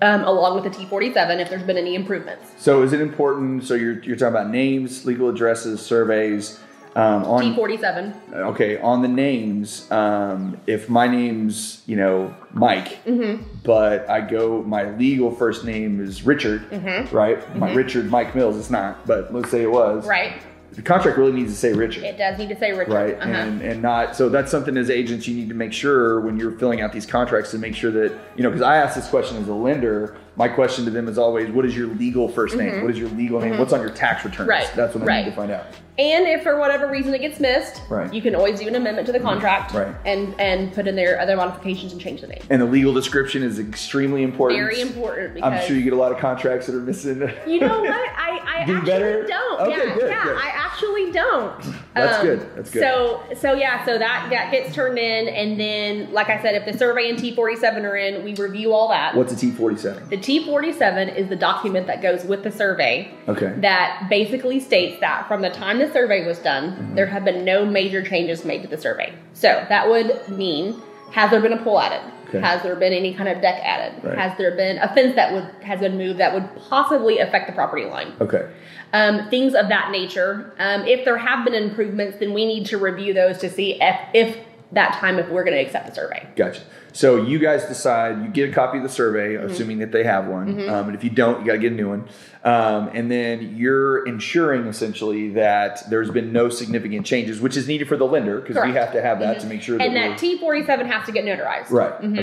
um, along with the T47 if there's been any improvements.
So is it important? So you're, you're talking about names, legal addresses, surveys. Um, on
T47.
okay on the names. Um, if my name's you know Mike,
Mm-hmm.
but I go my legal first name is Richard,
Mm-hmm.
right? My Richard Mike Mills. It's not, but let's say it was.
Right.
The contract really needs to say Richard.
It does need to say Richard.
right
Uh-huh.
and and not so that's something as agents you need to make sure when you're filling out these contracts to make sure that you know because i ask this question as a lender my question to them is always what is your legal first name What is your legal name what's on your tax returns
Mm-hmm. Right,
that's what i
right.
need to find out
And if for whatever reason it gets missed,
Right. Hmm.
you can always do an amendment to the contract
Right.
and and put in there other modifications and change the name.
and the legal description is extremely important
Very important because
i'm sure you get a lot of contracts that are missing
You know what? I, I
Do
actually
better?
don't.
Okay,
yeah,
good,
yeah,
good.
I actually don't. Um,
That's good, that's good.
So so yeah, so that, that gets turned in and then like I said, if the survey and T forty seven are in, we review all that.
what's a t47
The T forty seven is the document that goes with the survey
okay
that basically states that from the time the survey was done,
Mm-hmm.
there have been no major changes made to the survey. So that would mean has there been a pool added?
Okay.
Has there been any kind of deck added?
Right.
Has there been a fence that would has been moved that would possibly affect the property line?
okay
um, things of that nature. Um, if there have been improvements, then we need to review those to see if, if that time if we're going to accept the survey.
Gotcha. So you guys decide. You get a copy of the survey,
Mm-hmm.
assuming that they have one. Um, and if you don't, you got to get a new one. Um, and then you're ensuring essentially that there's been no significant changes, which is needed for the lender because we
Correct. Mm-hmm.
have to have that to make sure
And
that,
that T Mm-hmm. forty seven has to get notarized.
we're, right.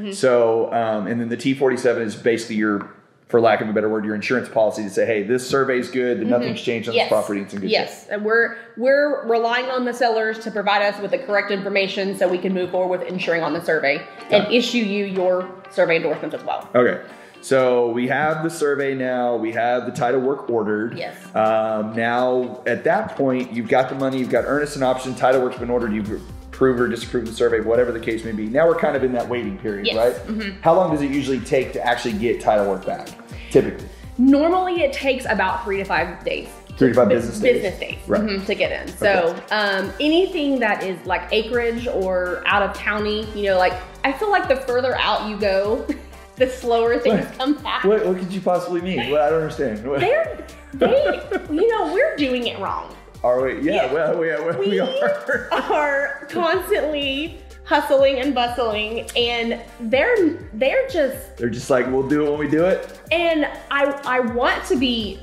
Okay. So um, and then the T47 is basically your, for lack of a better word, your insurance policy to say, hey, this survey's good. That nothing's changed on
Mm-hmm. Yes.
this property. It's in good shape.
Yes, and we're we're relying on the sellers to provide us with the correct information so we can move forward with insuring on the survey and issue you your survey endorsements as well.
Okay. So we have the survey now. We have the title work ordered.
Yes.
Um, now at that point, you've got the money. You've got earnest and option. Title work's been ordered. You've approved or disapproved the survey, whatever the case may be. Now we're kind of in that waiting period,
Yes. Mm-hmm.
right? How long does it usually take to actually get title work back? Typically,
Normally, it takes about three to five days.
three to five
Bu-
business days.
Business days
Right.
mhm, to get in. So um, anything that is like acreage or out of county, you know, like I feel like the further out you go, the slower things
Right.
come back.
What, what could you possibly mean? Well, I don't understand. What,
They're, they, you know, we're doing it wrong.
are we? Yeah.
Yeah.
Well, we, we, we
We
are.
are constantly hustling and bustling, and they're they're just
They're just like, we'll do it when we do it.
and I I want to be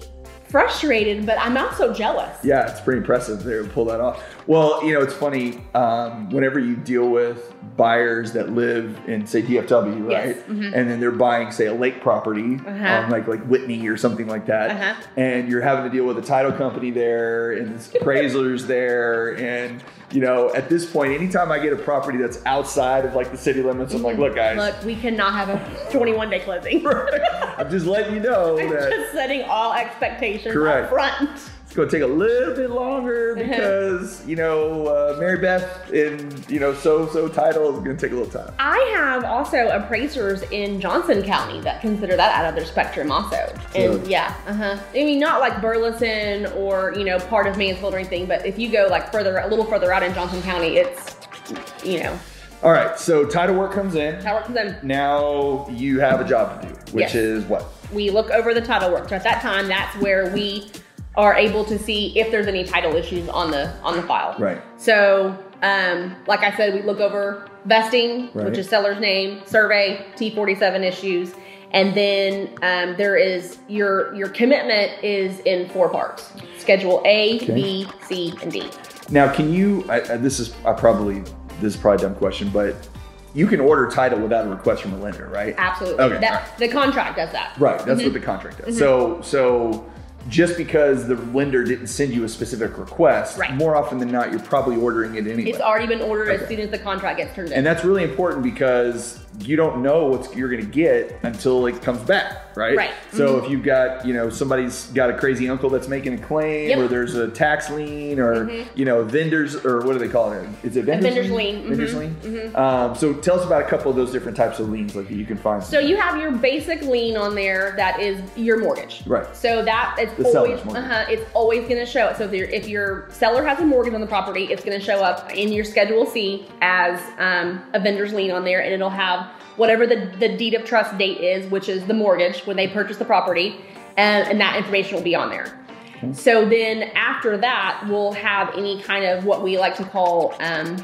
frustrated, but I'm also jealous.
Yeah, it's pretty impressive they would pull that off. Well, you know, it's funny. Um, whenever you deal with buyers that live in, say, DFW,
Yes,
right,
mhm.
and then they're buying, say, a lake property
Uh-huh.
on like like Whitney or something like that,
Uh-huh.
and you're having to deal with a title company there and this appraisers there, and you know, at this point, anytime I get a property that's outside of like the city limits, I'm like, look, guys,
Look, we cannot have a 21 day closing.
I'm just letting you know
I'm
that
just setting all expectations
Correct.
up front.
it's going to take a little bit longer because you know uh, Mary Beth and you know so so title is going to take a little time.
I have also appraisers in Johnson County that consider that out of their spectrum also. And
Really?
yeah, uh-huh. I mean not like Burleson or, you know, part of Mansfield or anything, but if you go like further a little further out in Johnson County, it's you know,
All right, so title work comes in.
title work for them.
Now you have a job to do, which
Yes.
is what?
We look over the title work. So at that time that's where we are able to see if there's any title issues on the on the file.
Right.
So, um, like I said, we look over vesting,
Right.
which is seller's name, survey, T47 issues, and then um, there is your your commitment is in four parts: Schedule A,
Okay.
B, C, and D.
Now, can you? I, I, this is I probably this is probably a dumb question, but you can order title without a request from a lender, right?
Absolutely.
Okay, all
That, Mm-hmm.
right.
The contract does that.
Right, that's what the contract does. So, so just because the lender didn't send you a specific request,
Right.
more often than not, you're probably ordering it anyway.
It's already been ordered as
Okay.
soon as the contract gets turned in.
And that's really important because you don't know what you're going to get until it comes back, right?
Right. Mm-hmm.
So if you've got, you know, somebody's got a crazy uncle that's making a claim
Yep. Mm-hmm.
or there's a tax lien or, you know, vendors or what do they call it? Is it vendors,
vendor's lien. Mm-hmm.
Vendors lien? Um, so tell us about a couple of those different types of liens like that you can find.
So you have your basic lien on there that is your mortgage.
Right.
So that it's
The seller's
always
mortgage.
uh-huh, it's always going to show it. So if, your- if your seller has a mortgage on the property, it's going to show up in your Schedule C as um, a vendor's lien on there, and it'll have um, whatever the, the deed of trust date is, which is the mortgage when they purchase the property, and, and that information will be on there. So then after that, we'll have any kind of what we like to call um,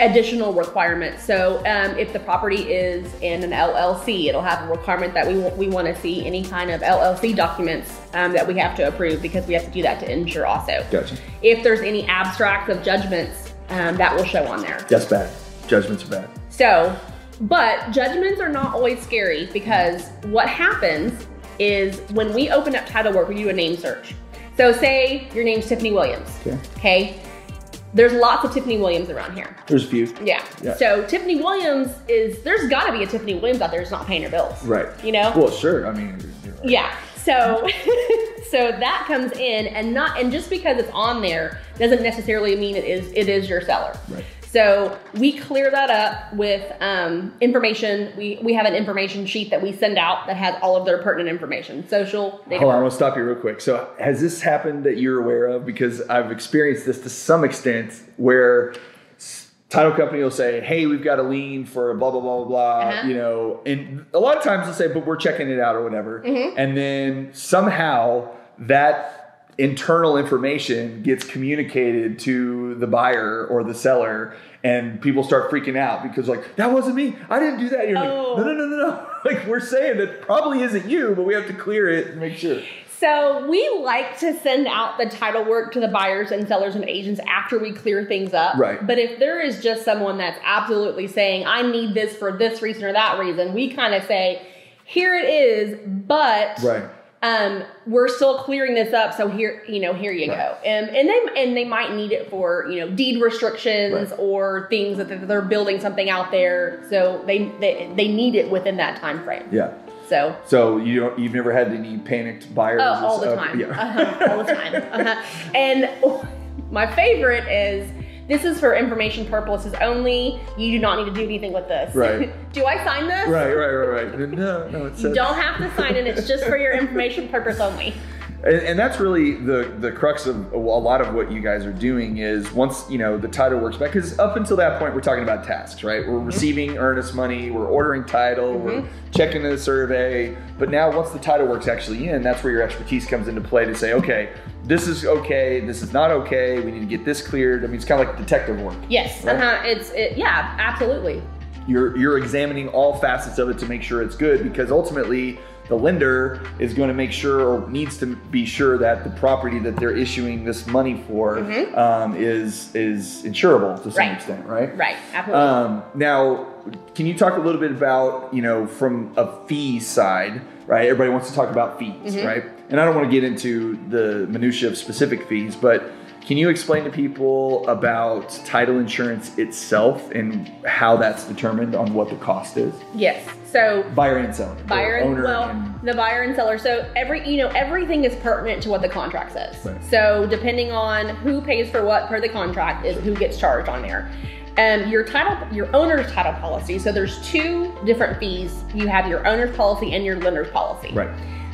additional requirements. So um, if the property is in an LLC, it'll have a requirement that we wa- we want to see any kind of LLC documents um, that we have to approve because we have to do that to insure also.
Gotcha.
If there's any abstracts of judgments, um, that will show on there.
That's bad. Judgments are bad.
So, but judgments are not always scary because what happens is when we open up title work, we do a name search. So, say your name's Tiffany Williams.
Okay.
Okay. There's lots of Tiffany Williams around here.
There's a few.
Yeah.
Yeah.
So Tiffany Williams is there's got to be a Tiffany Williams out there that's not paying her bills.
Right.
You know.
Well, sure. I mean, you're right.
Yeah. So so that comes in and not and just because it's on there doesn't necessarily mean it is it is your seller.
Right.
So we clear that up with um, information. We we have an information sheet that we send out that has all of their pertinent information, social, data.
Hold on, I want to stop you real quick. So, has this happened that you're aware of? Because I've experienced this to some extent, where s- title company will say, "Hey, we've got a lien for blah blah blah blah blah,"
Uh-huh.
you know, and a lot of times they'll say, "But we're checking it out" or whatever, and then somehow that internal information gets communicated to the buyer or the seller. And people start freaking out because like that wasn't me. I didn't do that. You're like,
Oh.
no, no, no, no, no. Like we're saying that probably isn't you, but we have to clear it and make sure.
So we like to send out the title work to the buyers and sellers and agents after we clear things up.
Right.
But if there is just someone that's absolutely saying, I need this for this reason or that reason, we kind of say, here it is, but
Right.
um, we're still clearing this up. So here, you know, here you
Right.
go. Um, and they and they might need it for you know deed restrictions
Right.
or things that they're- they're building something out there. So they they, they need it within that time frame.
Yeah.
So
So you don't, you've never had any panicked buyers?
Oh, all the
Uh,
time.
Yeah.
Uh-huh, all the time. Uh-huh. And my favorite is this is for information purposes only. You do not need to do anything with this.
Right.
do I sign this?
Right, right, right, right. No, no, it's
You don't have to sign it. It's just for your information purpose only.
And, and that's really the the crux of a lot of what you guys are doing is once you know the title works back because up until that point we're talking about tasks, right? We're receiving earnest money, we're ordering title, we're checking the survey, but now once the title works actually in, that's where your expertise comes into play to say, okay, this is okay, this is not okay, we need to get this cleared. I mean, it's kind of like detective work.
Yes.
Right.
Uh-huh. It's it, yeah, absolutely.
you're you're examining all facets of it to make sure it's good because ultimately the lender is going to make sure or needs to be sure that the property that they're issuing this money for
Mhm.
um, is is insurable to some
Right.
extent, right?
Right. Absolutely.
Um, now, can you talk a little bit about you know from a fee side, right? Everybody wants to talk about fees,
Mm-hmm.
right? And I don't want to get into the minutia of specific fees, but can you explain to people about title insurance itself and how that's determined on what the cost is,
yes. So
buyer and seller, or
buyer and
owner
well
and
the buyer and seller so every you know everything is pertinent to what the contract says
Right.
so depending on who pays for what per the contract is who gets charged on there um, your title your owner's title policy so there's two different fees you have your owner's policy and your lender's policy
right?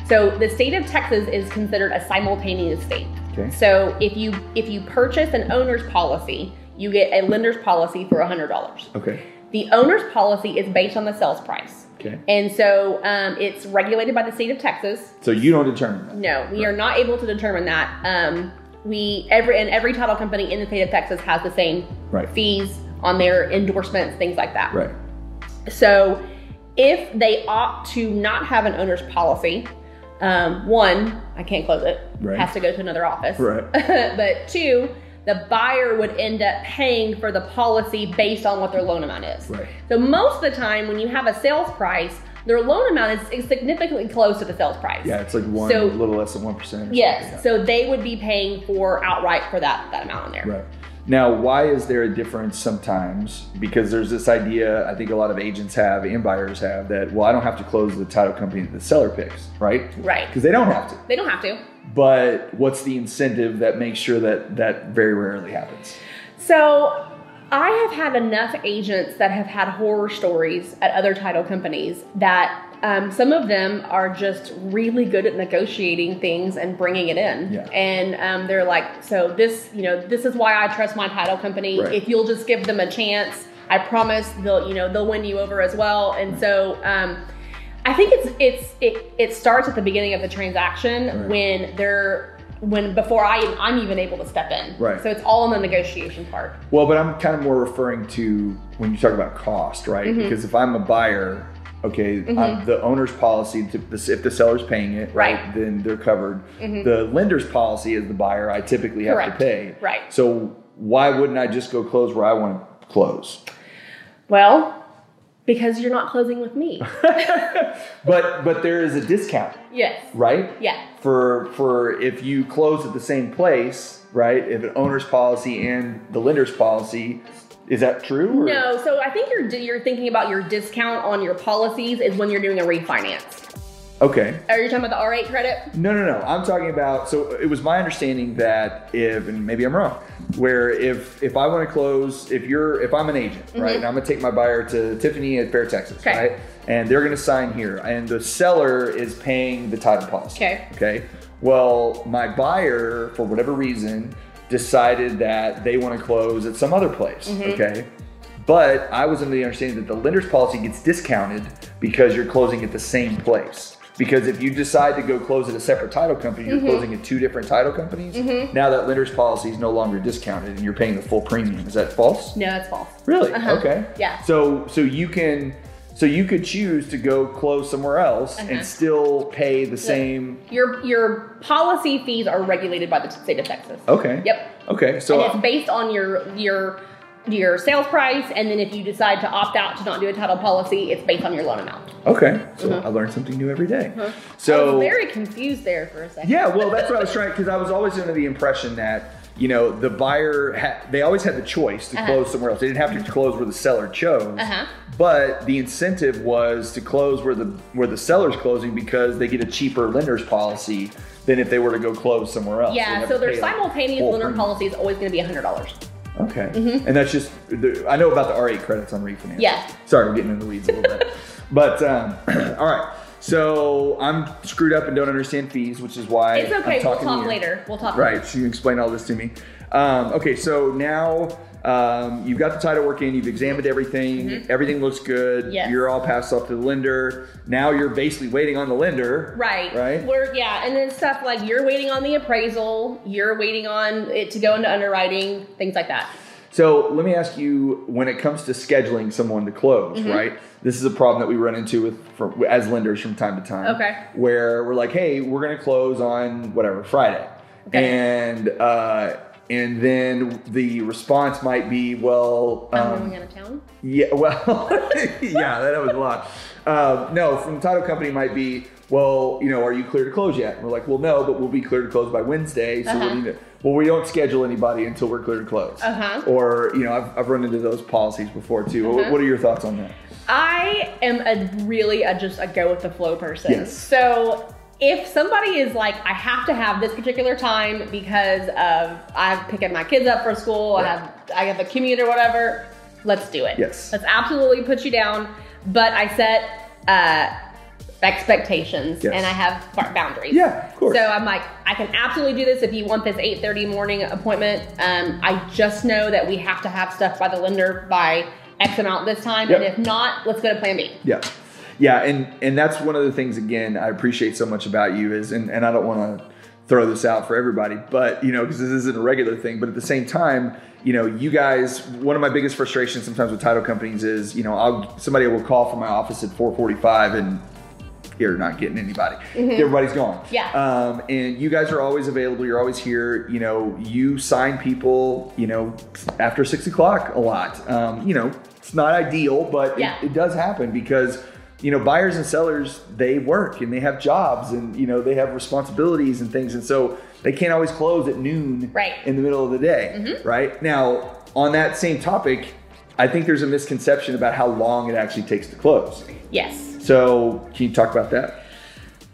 so the state of texas is considered a simultaneous state
Okay,
so if you if you purchase an owner's policy you get a lender's policy for $100
okay,
the owner's policy is based on the sales price
okay.
and so um, it's regulated by the state of Texas.
So you don't determine that.
No, we are not able to determine that. Um, we every and every title company in the state of Texas has the same
Right.
fees on their endorsements, things like that.
Right.
So if they opt to not have an owner's policy, um, one, I can't close it.
Right.
Has to go to another office.
Right.
but two, the buyer would end up paying for the policy based on what their loan amount is.
Right.
So most of the time, when you have a sales price, their loan amount is, is significantly close to the sales price.
Yeah, it's like one
So-
a little less than one percent.
Yes. So they would be paying for outright for that that amount on there.
Right. Now, why is there a difference sometimes? Because there's this idea I think a lot of agents have and buyers have that, well, I don't have to close the title company that the seller picks, right?
Right.
Because they don't have to.
They don't have to.
But what's the incentive that makes sure that that very rarely happens?
So I have had enough agents that have had horror stories at other title companies that um, some of them are just really good at negotiating things and bringing it in.
Yeah.
And um, they're like, so this, you know, this is why I trust my title company.
Right.
If you'll just give them a chance, I promise they'll, you know, they'll win you over as well. And so, um, I think it's it's it, it starts at the beginning of the transaction
Right.
when they're when before I I'm even able to step in.
Right.
So it's all in the negotiation part.
Well, but I'm kind of more referring to when you talk about cost, right? Because if I'm a buyer, okay, I'm, the owner's policy, to, if the seller's paying it, right,
Right.
then they're covered.
Mm-hmm.
The lender's policy as the buyer, I typically have
Correct.
to pay.
Right.
So why wouldn't I just go close where I want to close?
Well, because you're not closing with me.
But but there is a discount,
yes.
right?
Yeah.
For for if you close at the same place, right? If an owner's policy and the lender's policy, is that true? or-
No, so I think you're you're thinking about your discount on your policies is when you're doing a refinance.
Okay.
Are you talking about the R8 credit?
No, no, no. I'm talking about. So it was my understanding that if, and maybe I'm wrong, where if if I want to close, if you're, if I'm an agent, right, and I'm gonna take my buyer to Tiffany at Fair Texas,
Mm-hmm. Okay.
right, and they're gonna sign here, and the seller is paying the title policy.
Okay.
Okay. Well, my buyer, for whatever reason, decided that they want to close at some other place.
Mm-hmm.
Okay. But I was under the understanding that the lender's policy gets discounted because you're closing at the same place. Because if you decide to go close at a separate title company,
Mm-hmm.
you're closing at two different title companies. Now that lender's policy is no longer discounted and you're paying the full premium. Is that false?
No, that's false.
Really?
Uh-huh.
Okay.
Yeah.
So so you can so you could choose to go close somewhere else
Uh-huh.
and still pay the same
Your your policy fees are regulated by the state of Texas.
Okay.
Yep.
Okay. So
and it's based on your your your sales price, and then if you decide to opt out to not do a title policy, it's based on your loan amount.
okay. So
Uh-huh.
I learn something new every day.
Uh-huh. I
So
was very confused there for a second.
yeah, well, that's what I was trying because I was always under the impression that you know the buyer had they always had the choice to
Uh-huh.
close somewhere else. They didn't have to close where the seller chose.
Uh-huh.
But the incentive was to close where the where the seller's closing because they get a cheaper lender's policy than if they were to go close somewhere else. They'd
Yeah,
have
so
to
their
pay, like,
simultaneous
full
lender
premium.
policy is always going to be hundred dollars.
Okay. And that's just, the, I know about the R8 credits on refinance.
Mm-hmm. Yeah.
Sorry, we're getting in the weeds a little bit. But, um, all right. So I'm screwed up and don't understand fees, which is why.
It's okay.
I'm
We'll
talking to
talk
you.
later. We'll talk. later.
Right. So you can explain all this to me. Um, okay. So now um, you've got the title work in, you've examined everything, everything looks good.
Mm-hmm. Yes.
You're all passed off to the lender. Now you're basically waiting on the lender.
Right.
Right.
We're yeah, and then stuff like you're waiting on the appraisal, you're waiting on it to go into underwriting, things like that.
So let me ask you, when it comes to scheduling someone to close,
Mm-hmm.
right? This is a problem that we run into with for, as lenders from time to time.
Okay.
Where we're like, hey, we're going to close on whatever Friday,
Okay.
and uh, and then the response might be, well,
I'm
um,
going out of town.
yeah, well, yeah, that was a lot. Um, no, from the title company might be, well, you know, are you clear to close yet? And we're like, well, no, but we'll be clear to close by Wednesday. So
Uh-huh.
we need to, well, we don't schedule anybody until we're clear to close.
Uh-huh.
Or, you know, I've, I've run into those policies before too. What,
Uh-huh.
what are your thoughts on that?
I am a really a just a go with the flow person.
Yes.
So if somebody is like, I have to have this particular time because of I've picking my kids up from school,
Right.
I have I have a commute or whatever, let's do it.
Yes.
Let's absolutely put you down. But I set uh, expectations
Yes.
and I have bar- boundaries.
Yeah, of course.
So I'm like, I can absolutely do this if you want this 8:30 morning appointment. Um, I just know that we have to have stuff by the lender by X amount this time, and
Yep.
if not, let's go to Plan B.
Yeah. Yeah, and and that's one of the things again I appreciate so much about you is and, and I don't want to throw this out for everybody, but you know, because this isn't a regular thing, but at the same time, you know, you guys one of my biggest frustrations sometimes with title companies is, you know, I'll somebody will call from my office at 4:45 and you're not getting anybody. Everybody's gone.
Yeah.
Um, and you guys are always available. You're always here. You know, you sign people. You know, after six o'clock a lot. Um, you know, it's not ideal, but
Yeah.
it, it does happen because you know buyers and sellers they work and they have jobs and you know they have responsibilities and things, and so they can't always close at noon
Right. Mm-hmm.
in the middle of the day. Right now, on that same topic. I think there's a misconception about how long it actually takes to close.
Yes.
So, can you talk about that?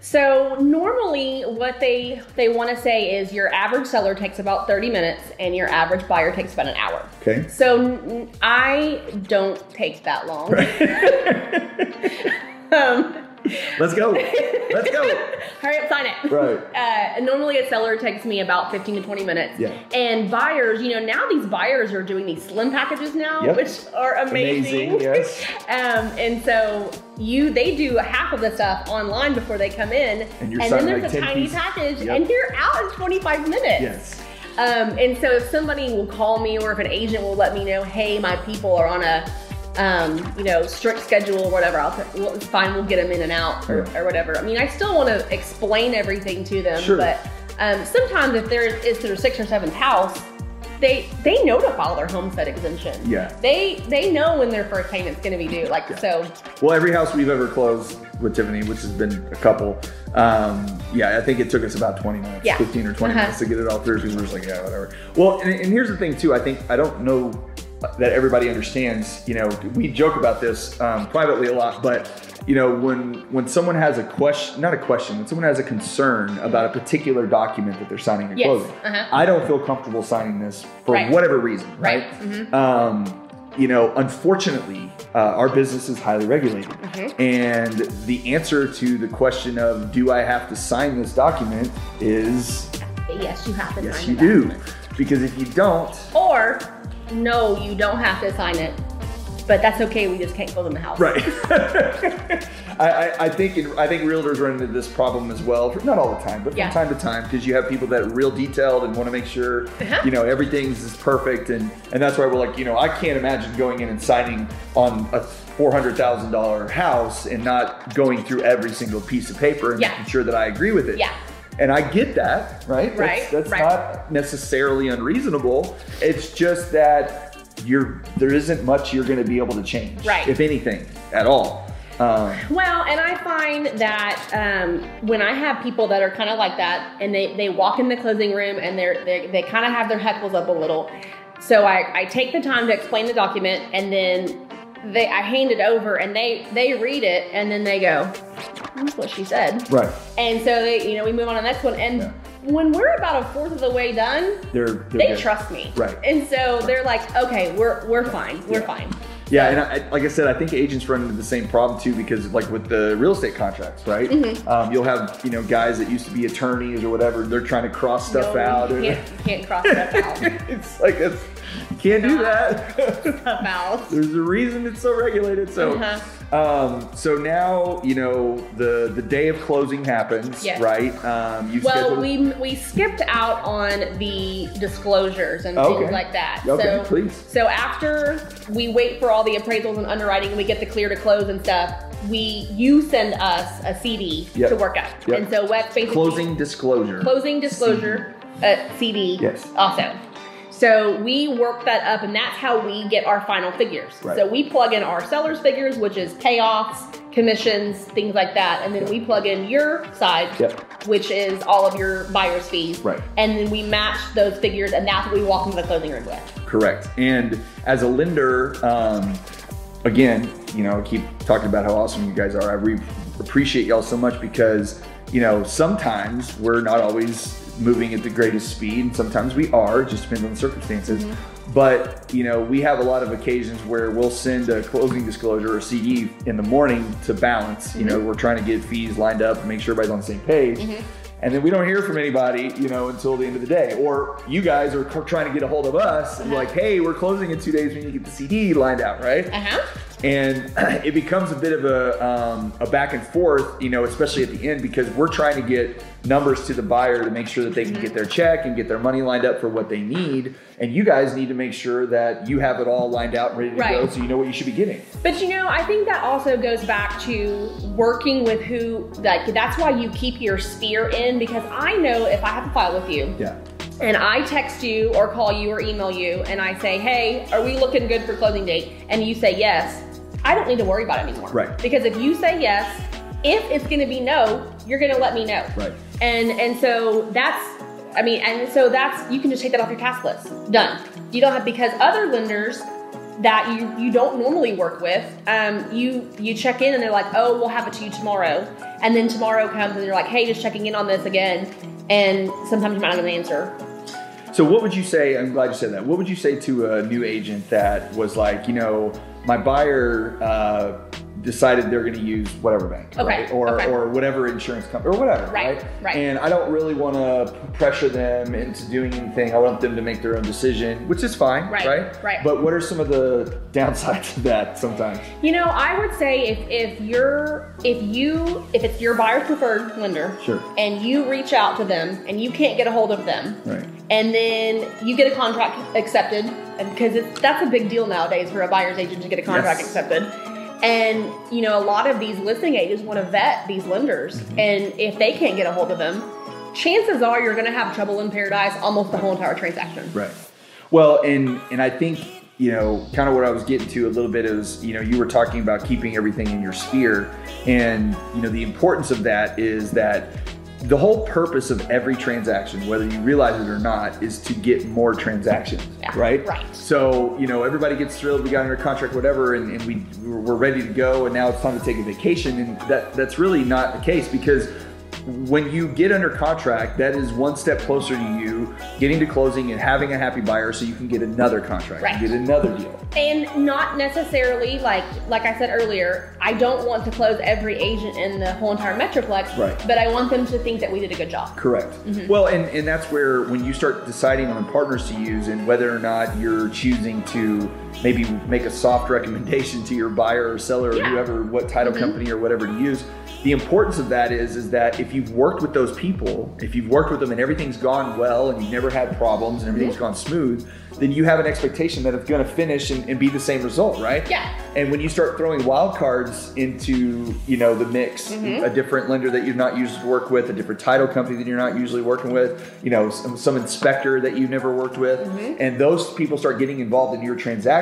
So normally, what they they want to say is your average seller takes about 30 minutes, and your average buyer takes about an hour.
Okay.
So n- n- I don't take that long. um,
Let's go. Let's go.
Hurry up, sign it.
Right.
Uh, and normally a seller takes me about 15 to 20 minutes.
Yeah.
And buyers, you know, now these buyers are doing these slim packages now,
Yep.
which are amazing.
Amazing, yes.
um, and so you, they do half of the stuff online before they come in.
And you're
then
signing
there's
like
a
10
tiny
pieces.
package,
Yep.
and they're out in 25 minutes.
Yes.
Um, and so if somebody will call me or if an agent will let me know, hey, my people are on a, um, you know, strict schedule or whatever, I'll t- well, it's fine, we'll get them in and out or,
Okay.
or whatever. I mean, I still want to explain everything to them,
Sure.
but um, sometimes if there is their sixth or seventh house, they they know to file their homestead exemption.
Yeah.
They they know when their first payment's going to be due. Like
Yeah.
so,
Well, every house we've ever closed with Tiffany, which has been a couple, um, yeah, I think it took us about 20 minutes,
Yeah.
15 or 20
Uh-huh.
minutes to get it all through because we're just like, yeah, whatever. Well, and, and here's the thing, too. I think I don't know that everybody understands, you know, we joke about this um, privately a lot, but. You know, when when someone has a question, not a question, when someone has a concern about a particular document that they're signing and
Yes.
closing,
Uh-huh.
I don't feel comfortable signing this for
Right.
whatever reason,
Right.
right?
Mm-hmm.
Um, you know, unfortunately, uh, our business is highly regulated.
Mhm.
And the answer to the question of do I have to sign this document is
yes, you have to.
yes,
sign
you
the document.
do. Because if you don't,
Or no, you don't have to sign it, but that's okay. We just can't go in the house.
right. I, I, I think in, I think realtors run into this problem as well, not all the time, but from
Yeah.
time to time, because you have people that are real detailed and want to make sure
Uh-huh.
you know everything's is perfect, and and that's why we're like, you know, I can't imagine going in and signing on a four hundred thousand dollar house and not going through every single piece of paper and
Yeah.
making sure that I agree with it.
Yeah.
And I get that, right?
Right,
That's, that's
right.
not necessarily unreasonable. It's just that you're there isn't much you're going to be able to change,
Right.
If anything at all. Um,
Well, and I find that um, when I have people that are kind of like that, and they, they walk in the closing room and they're, they they kind of have their heckles up a little, so I, I take the time to explain the document, and then they I hand it over, and they they read it, and then they go, "That's what she said,"
right.
and so they you know we move on to the next one, and
Yeah.
when we're about a fourth of the way done,
They're, they're
they
good.
trust me,
Right.
And so they're like, "Okay, we're we're fine, we're
Yeah.
fine."
Yeah, and I, like I said, I think agents run into the same problem too because, like, with the real estate contracts, right?
Mm-hmm.
Um, you'll have you know guys that used to be attorneys or whatever. They're trying to cross stuff
No,
out.
You can't, you can't cross stuff out.
it's like that's you can't do that.
Stuff out.
There's a reason it's so regulated. So,
Uh-huh.
um, so now you know the the day of closing happens,
Yes.
right? Um, you
Well,
schedule-
we we skipped out on the disclosures and
Okay.
things like that.
Okay,
so,
please.
So after we wait for all the appraisals and underwriting, and we get the clear to close and stuff. We you send us a CD
Yep.
to work up,
Yep.
and so that's basically
closing disclosure.
closing disclosure uh, CD.
Yes.
Also. So we work that up, and that's how we get our final figures.
Right.
So we plug in our seller's figures, which is payoffs, commissions, things like that, and then we plug in your side,
Yep.
which is all of your buyer's fees,
Right.
And then we match those figures, and that's what we walk into the closing room with.
Correct. And as a lender, um, again, you know, I keep talking about how awesome you guys are. I re- appreciate y'all so much because, you know, sometimes we're not always moving at the greatest speed, and sometimes we are, it just depends on the circumstances. But, you know, we have a lot of occasions where we'll send a closing disclosure or CE in the morning to balance. You know, we're trying to get fees lined up and make sure everybody's on the same page and then we don't hear from anybody, you know, until the end of the day. Or you guys are c- trying to get a hold of us and like, hey, we're closing in two days. We need to get the CD lined out, right?
Uh huh.
And it becomes a bit of a um, a back and forth, you know, especially at the end because we're trying to get numbers to the buyer to make sure that they can get their check and get their money lined up for what they need. And you guys need to make sure that you have it all lined out and ready to go,
Right.
so you know what you should be getting.
But you know, I think that also goes back to working with who, like, that's why you keep your sphere in because I know if I have a file with you
Yeah.
and I text you or call you or email you and I say, hey, are we looking good for closing date? And you say yes, I don't need to worry about it anymore.
Right.
Because if you say yes, if it's gonna be no, you're gonna let me know.
Right.
And and so that's I mean, and so that's you can just take that off your task list. Done. You don't have because other lenders that you you don't normally work with, um, you you check in and they're like, oh, we'll have it to you tomorrow, and then tomorrow comes and they're like, hey, just checking in on this again, and sometimes you might not have an answer.
So, what would you say? I'm glad you said that. What would you say to a new agent that was like, you know, my buyer uh, decided they're going to use whatever bank,
Okay,
right? Or
okay.
or whatever insurance company or whatever,
Right, right.
And I don't really want to pressure them into doing anything. I want them to make their own decision, which is fine,
Right,
right?
right.
But what are some of the downsides of that sometimes?
You know, I would say if if you're if you if it's your buyer preferred lender,
Sure.
and you reach out to them and you can't get a hold of them,
Right.
and then you get a contract accepted, and because that's a big deal nowadays for a buyer's agent to get a contract
Yes.
accepted. And you know, a lot of these listing agents want to vet these lenders,
Mm-hmm.
and if they can't get a hold of them, chances are you're going to have trouble in paradise almost the whole entire transaction.
Right. Well, and and I think you know, kind of what I was getting to a little bit is you know, you were talking about keeping everything in your sphere, and you know, the importance of that is that the whole purpose of every transaction, whether you realize it or not, is to get more transactions,
Yeah,
right?
right.
So you know, everybody gets thrilled. We got under contract, whatever, and, and we we're we're ready to go. And now it's time to take a vacation, and that that's really not the case because when you get under contract, that is one step closer to you getting to closing and having a happy buyer, so you can get another contract,
Right.
and get another deal.
and not necessarily like like I said earlier, I don't want to close every agent in the whole entire metroplex,
Right.
but I want them to think that we did a good job.
Correct. Well, and, and that's where when you start deciding on partners to use and whether or not you're choosing to maybe make a soft recommendation to your buyer or seller or
Yeah.
whoever, what title company or whatever to use, the importance of that is is that if you've worked with those people, if you've worked with them and everything's gone well and you've never had problems and everything's gone smooth, then you have an expectation that it's going to finish and, and be the same result, right?
Yeah.
And when you start throwing wild cards into, you know, the mix, a different lender that you're not used to work with, a different title company that you're not usually working with, you know, some, some inspector that you've never worked with, and those people start getting involved in your transaction,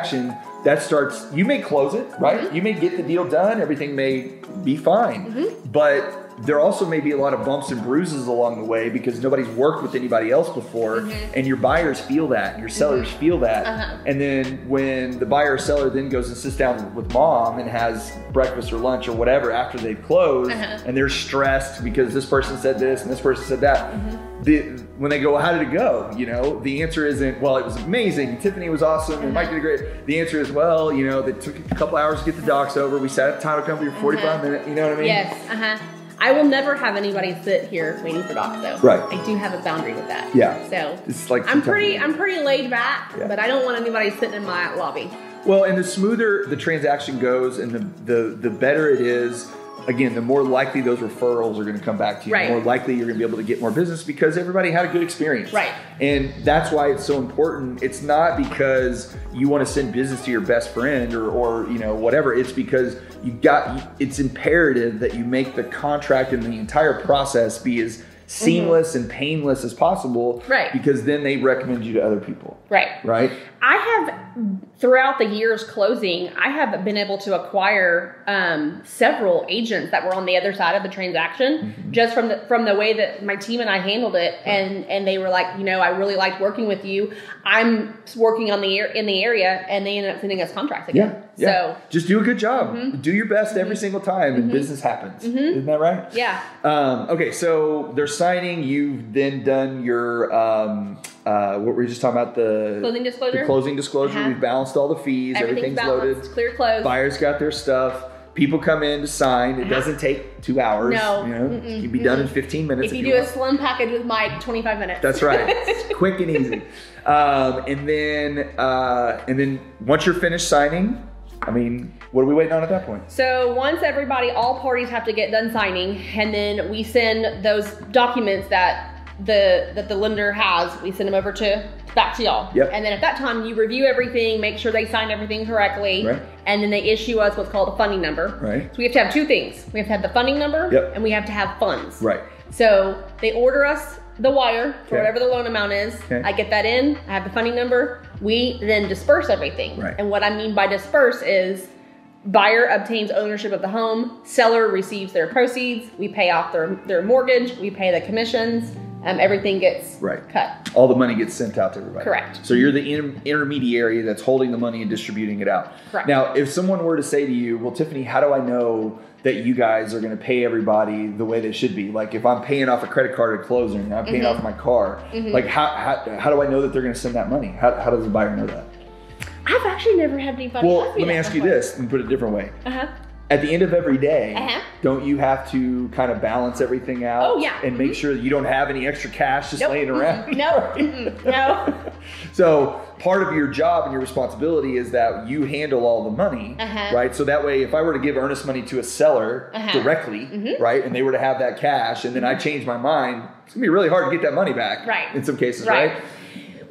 that starts you may close it, right? You may get the deal done, everything may be fine. But there also may be a lot of bumps and bruises along the way because nobody's worked with anybody else before and your buyers feel that and your sellers feel that
Mm-hmm. Uh-huh.
and then when the buyer or seller then goes and sits down with mom and has breakfast or lunch or whatever after they've closed
Uh-huh.
and they're stressed because this person said this and this person said that
Mm-hmm.
the, when they go how did it go you know the answer isn't well it was amazing tiffany was awesome and mike
Uh-huh.
did great the answer is well you know it took a couple hours to get the docs over we sat at the title company for 45
Uh-huh.
minutes you know what i mean
Yes, uh huh. I will never have anybody sit here waiting for docs though.
Right.
I do have a boundary with that.
Yeah.
So
It's like
I'm
sometimes-
pretty I'm pretty laid back,
Yeah.
but I don't want anybody sitting in my lobby.
Well, and the smoother the transaction goes, and the the, the better it is. Again, the more likely those referrals are going to come back to you.
Right.
The more likely you're going to be able to get more business because everybody had a good experience.
Right.
And that's why it's so important. It's not because you want to send business to your best friend or, or you know whatever. It's because you got. It's imperative that you make the contract and the entire process be as seamless and painless as possible.
Mm-hmm. Right.
Because then they recommend you to other people.
Right.
Right.
I have throughout the years closing, I have been able to acquire um, several agents that were on the other side of the transaction
Mm-hmm.
just from the from the way that my team and I handled it, and and they were like, you know, I really liked working with you. I'm working on the air in the area, and they ended up sending us contracts
Yeah.
again.
yeah.
So Mm-hmm.
just do a good job. Do your best every single time, and business happens. Isn't that right?
yeah,
Um, okay, so they're signing. You've then done your um, uh, what were you just talking about the
Closing disclosure?
The closing disclosure.
Uh-huh.
We've balanced all the fees.
everything's,
Everything's,
balanced,
loaded.
clear close.
Buyers got their stuff. People come in to sign. It doesn't take two hours.
Uh-huh. No.
you know,
Mm-mm,
you'd be done in fifteen minutes.
If you do a
want.
slim package with Mike, 25 minutes.
That's right. It's quick and easy. Um, and then uh, and then once you're finished signing, I mean, what are we waiting on at that point?
So once everybody, all parties have to get done signing, and then we send those documents that the that the lender has. We send them over to back to y'all.
Yep.
And then at that time, you review everything, make sure they signed everything correctly,
Right.
and then they issue us what's called a funding number.
Right.
So we have to have two things: we have to have the funding number,
Yep.
and we have to have funds.
Right.
So they order us the wire for
Okay.
whatever the loan amount is.
Okay.
I get that in. I have the funding number. We then disperse everything.
Right.
And what I mean by disperse is buyer obtains ownership of the home, seller receives their proceeds, we pay off their, their mortgage, we pay the commissions, um, everything gets
Right.
cut.
all the money gets sent out to everybody.
Correct.
So you're the inter- intermediary that's holding the money and distributing it out.
Correct.
Now, if someone were to say to you, "Well, Tiffany, how do I know that you guys are going to pay everybody the way they should be? Like, if I'm paying off a credit card at closing, I'm paying
Mm-hmm.
off my car. Like, how, how how do I know that they're going to send that money? How, how does the buyer know that?
I've actually never had anybody
Well,
ask
let me
that
ask you
before.
this and put it a different way.
Uh-huh.
at the end of every day,
Uh-huh.
don't you have to kind of balance everything out?
Oh, yeah.
And make sure that you don't have any extra cash just
Nope.
laying around.
No, mm-mm, no.
So part of your job and your responsibility is that you handle all the money,
Uh-huh.
right? So that way, if I were to give earnest money to a seller
Uh-huh.
directly,
Mhm.
right, and they were to have that cash, and then I change my mind, it's gonna be really hard to get that money back,
Right.
In some cases,
Right.
right?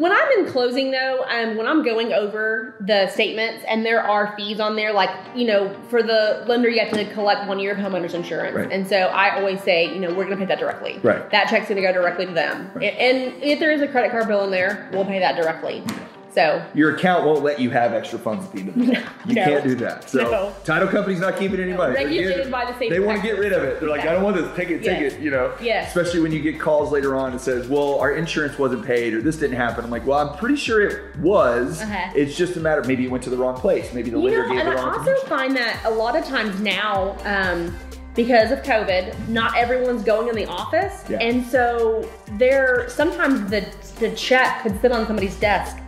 When I'm in closing, though, um, when I'm going over the statements and there are fees on there, like, you know, for the lender, you have to collect one year of homeowner's insurance.
Right.
And so I always say, you know, we're going to pay that directly.
Right.
That check's going to go directly to them.
Right.
And and if there is a credit card bill in there, we'll pay that directly. So,
Your account won't let you have extra funds at the end of the day. You
No.
can't do that. So
No.
title company's not keeping any money. They're
regulated
getting-
by the state
They
of
want to
Texas.
get rid of it. They're like, I don't want this. Take it, take
Yeah.
it. You know.
Yeah.
Especially when you get calls later on and says, well, our insurance wasn't paid or this didn't happen. I'm like, well, I'm pretty sure it was.
Uh-huh.
It's just a matter. Maybe it went to the wrong place. Maybe the
you
lender
know,
gave
and
the
I
wrong.
also
information.
find that a lot of times now, um, because of COVID, not everyone's going in the office,
Yeah.
and so there sometimes the the check could sit on somebody's desk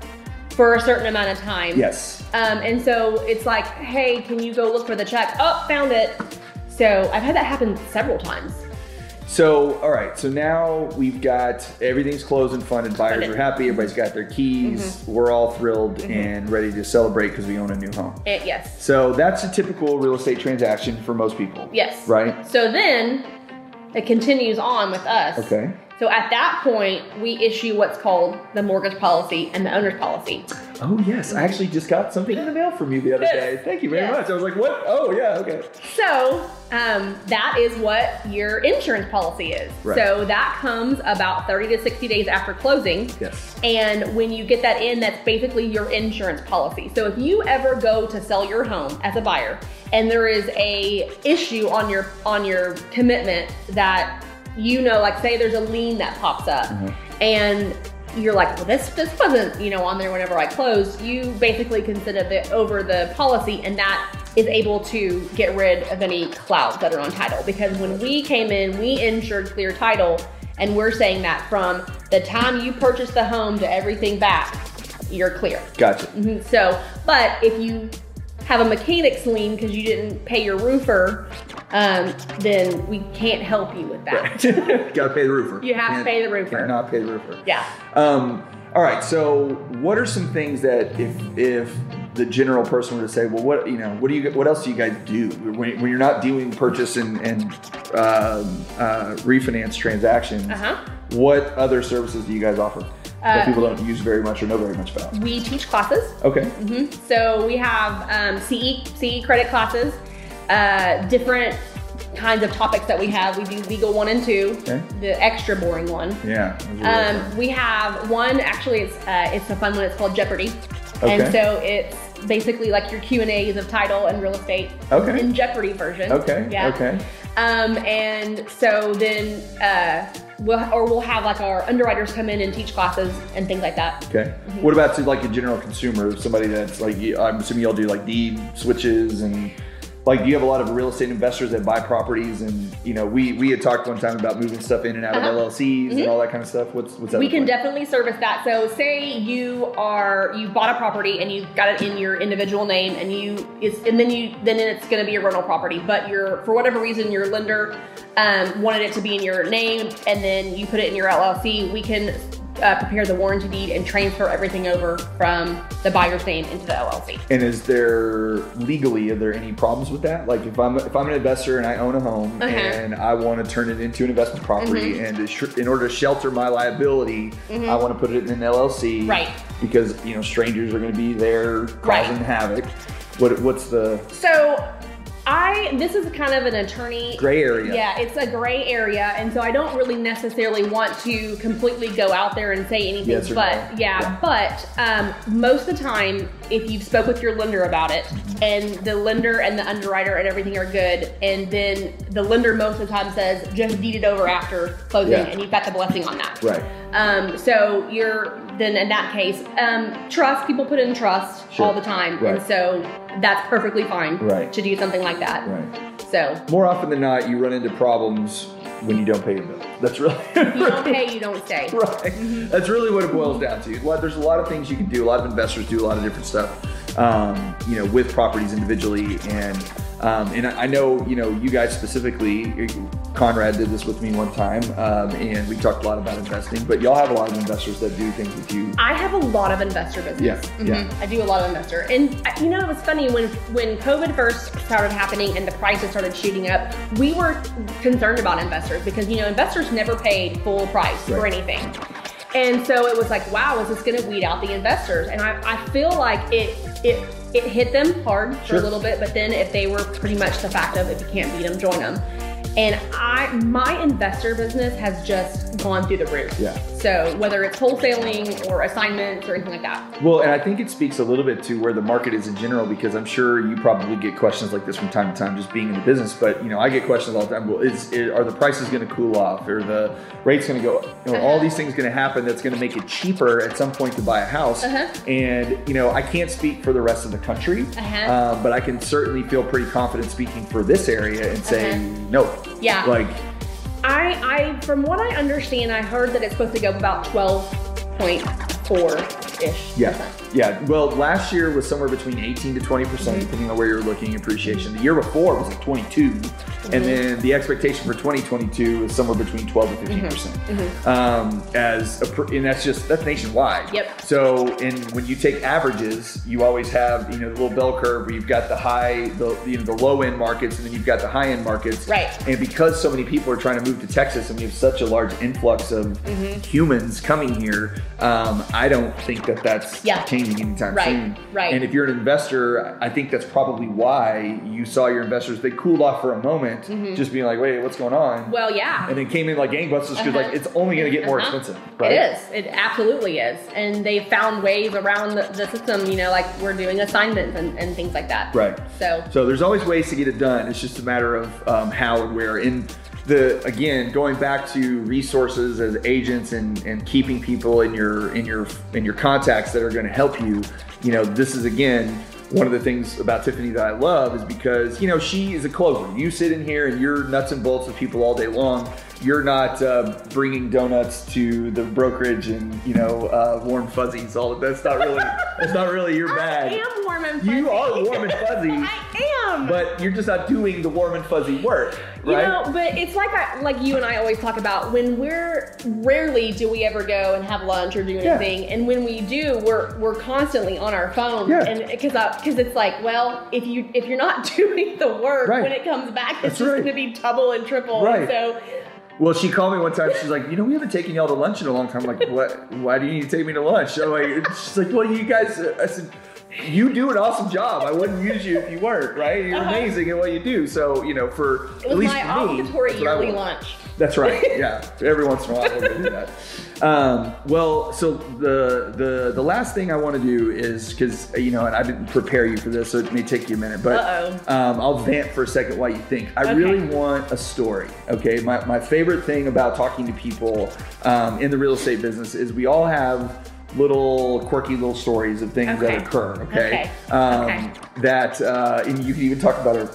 for a certain amount of time.
Yes.
Um, and so it's like, hey, can you go look for the check? Oh, found it. So I've had that happen several times.
So, all right. So now we've got everything's closed and funded. Buyers
Funded. Mm-hmm.
are happy. Everybody's got their keys. We're all thrilled and ready to celebrate because we own a new home.
Eh, yes.
So that's a typical real estate transaction for most people.
Yes.
Right?
So then it continues on with us.
Okay.
So at that point, we issue what's called the mortgage policy and the owner's policy.
Oh yes, I actually just got something in the mail from you the other
Yes.
day. Thank you very
Yes.
much. I was like, what? Oh yeah, okay.
So um, that is what your insurance policy is.
Right.
So that comes about 30 to 60 days after closing.
Yes.
And when you get that in, that's basically your insurance policy. So if you ever go to sell your home as a buyer and there is a issue on your on your commitment that you know, like say there's a lien that pops up
Mhm.
and you're like, well, this this wasn't, you know, on there whenever I closed, you basically consider the over the policy and that is able to get rid of any clouds that are on title. Because when we came in, we insured clear title and we're saying that from the time you purchase the home to everything back, you're clear.
Gotcha.
Mhm. So, but if you have a mechanic's lien because you didn't pay your roofer, um, then we can't help you with that.
Right. Gotta pay the roofer.
You have to
Can't-
pay the roofer.
Can't not pay the roofer.
Yeah.
Um, all right. So, what are some things that if if the general person were to say, well, what you know, what do you, what else do you guys do when, when you're not doing purchase and and um, uh, refinance transactions?
Uh-huh.
What other services do you guys offer
Uh, Mm-hmm.
that people don't use very much or know very much about?
We teach classes.
Okay.
hmm So we have um, CE, CE credit classes, uh, different kinds of topics that we have. We do legal one and two,
Okay.
the extra boring one.
Yeah. those are really fun.
Um, we have one actually. It's uh, it's a fun one. It's called Jeopardy,
Okay.
and so it's basically like your Q and A's of title and real estate
Okay.
in Jeopardy version.
Okay.
Yeah.
Okay.
Um, and so then uh, we'll or we'll have like our underwriters come in and teach classes and things like that.
Okay.
Mm-hmm.
What about to like a general consumer, somebody that's like, you- I'm assuming y'all do like deed switches and like, you have a lot of real estate investors that buy properties and, you know, we, we had talked one time about moving stuff in and out
Uh-huh.
of LLCs and all that kind of stuff. What's, what's that?
we
look
can
like?
definitely service that. So say you are you bought a property and you've got it in your individual name and you it's and then you then it's going to be a rental property, but you're for whatever reason your lender um, wanted it to be in your name and then you put it in your LLC. We can uh, prepare the warranty deed and transfer everything over from the buyer's name into the LLC.
And is there legally, are there any problems with that? Like if I'm, if I'm an investor and I own a home
Uh-huh. Mm-hmm.
and I want to turn it into an investment property and to sh- in order to shelter my liability, I want to put it in an LLC.
Right.
Because, you know, strangers are going to be there
Right.
causing havoc. What, what's the
So I this is kind of an attorney
gray area?
Yeah, it's a gray area, and so I don't really necessarily want to completely go out there and say anything.
Yes or
but
no.
yeah, but um, most of the time, if you've spoke with your lender about it,
Mm-hmm.
and the lender and the underwriter and everything are good, and then the lender most of the time says just deed it over after closing,
Yeah.
and you've got the blessing on that.
Right.
Um, so you're then in that case, um, trust people put in trust
Sure.
all the time,
Right.
and so that's perfectly fine
Right.
to do something like that.
Right.
So.
More often than not, you run into problems when you don't pay your bill. That's really
You don't pay, you don't stay.
right. That's really what it boils down to. Like, There's a lot of things you can do. A lot of investors do a lot of different stuff. Um, you know, with properties individually, and Um, and I I know, you know, you guys specifically, Conrad did this with me one time, um, and we talked a lot about investing. But y'all have a lot of investors that do things with you.
I have a lot of investor business.
Yeah,
Mhm.
yeah.
I do a lot of investor, and uh, you know it was funny when when COVID first started happening and the prices started shooting up. We were concerned about investors because you know investors never paid full price for
Right.
anything, and so it was like, wow, is this going to weed out the investors? And I, I feel like it it it hit them hard for
Sure.
a little bit, but then if they were pretty much the fact of if you can't beat them, join them. And I my investor business has just gone through the roof.
Yeah.
So whether it's wholesaling or assignments or anything like that.
Well, and I think it speaks a little bit to where the market is in general, because I'm sure you probably get questions like this from time to time, just being in the business. But you know, I get questions all the time. Well, is, is are the prices going to cool off? Are the rates going to go? up? You know,
Uh-huh.
all these things going to happen that's going to make it cheaper at some point to buy a house.
Uh-huh.
And you know, I can't speak for the rest of the country,
Uh-huh.
um, but I can certainly feel pretty confident speaking for this area and say
Uh-huh.
no.
Yeah.
Like
I I from what I understand, I heard that it's supposed to go up about twelve point four ish.
Yeah, yeah. Well, last year was somewhere between 18 to 20 percent, depending on where you're looking. Appreciation. The year before was like 22, and then the expectation for 2022 is somewhere between 12 to 15 percent. Um, as a, pr- and that's just that's nationwide.
Yep.
So, and when you take averages, you always have you know the little bell curve where you've got the high, the you know the low end markets, and then you've got the high end markets.
Right.
And because so many people are trying to move to Texas, and we have such a large influx of
Mm-hmm.
humans coming here, um, I don't think that that's
Yeah.
changing anytime
Right,
soon.
right.
And if you're an investor, I think that's probably why you saw your investors they cooled off for a moment, just being like, wait, what's going on?
Mm-hmm. Well, yeah.
and then came in like gangbusters because
Uh-huh.
like it's only going to get more
Uh-huh.
expensive. Right?
It is. It absolutely is. And they found ways around the, the system, you know, like we're doing assignments and, and things like that.
Right.
So,
So there's always ways to get it done. It's just a matter of um, how and where. And the again, going back to resources as agents and and keeping people in your in your in your contacts that are going to help you. You know, this is again one of the things about Tiffany that I love is because you know she is a closer. You sit in here and you're nuts and bolts with people all day long. You're not uh, bringing donuts to the brokerage and you know uh, warm fuzzies. All that's not really that's not really your bag.
I am warm and fuzzy.
You are warm and fuzzy.
I am.
but you're just not doing the warm and fuzzy work,
You
right?
know, but it's like I, like you and I always talk about when we're rarely do we ever go and have lunch or do
Yeah.
anything, and when we do, we're we're constantly on our phones,
Yeah.
and because because it's like, well, if you if you're not doing the work
Right.
when it comes back,
That's
it's just
right.
going to be double and triple.
Right.
So
well, she called me one time. She's like, you know, we haven't taken y'all to lunch in a long time. I'm like, what? Why do you need to take me to lunch? I'm like, she's like, well, you guys. uh," I said, you do an awesome job. I wouldn't use you if you weren't, right? You're
Uh-huh.
amazing at what you do. So, you know, for
it
at
was
least
my
for me,
obligatory
that's what I
yearly
want.
lunch.
That's right. Yeah. Every once in a while, we'll do that. Um, well, so the the the last thing I want to do is because you know, and I didn't prepare you for this, so it may take you a minute, but
Uh-oh.
um, I'll vamp for a second while you think. I
Okay.
really want a story. Okay. My my favorite thing about talking to people um, in the real estate business is we all have little quirky little stories of things
Okay.
that occur. Okay.
Okay.
Um,
Okay.
That uh, and you can even talk about our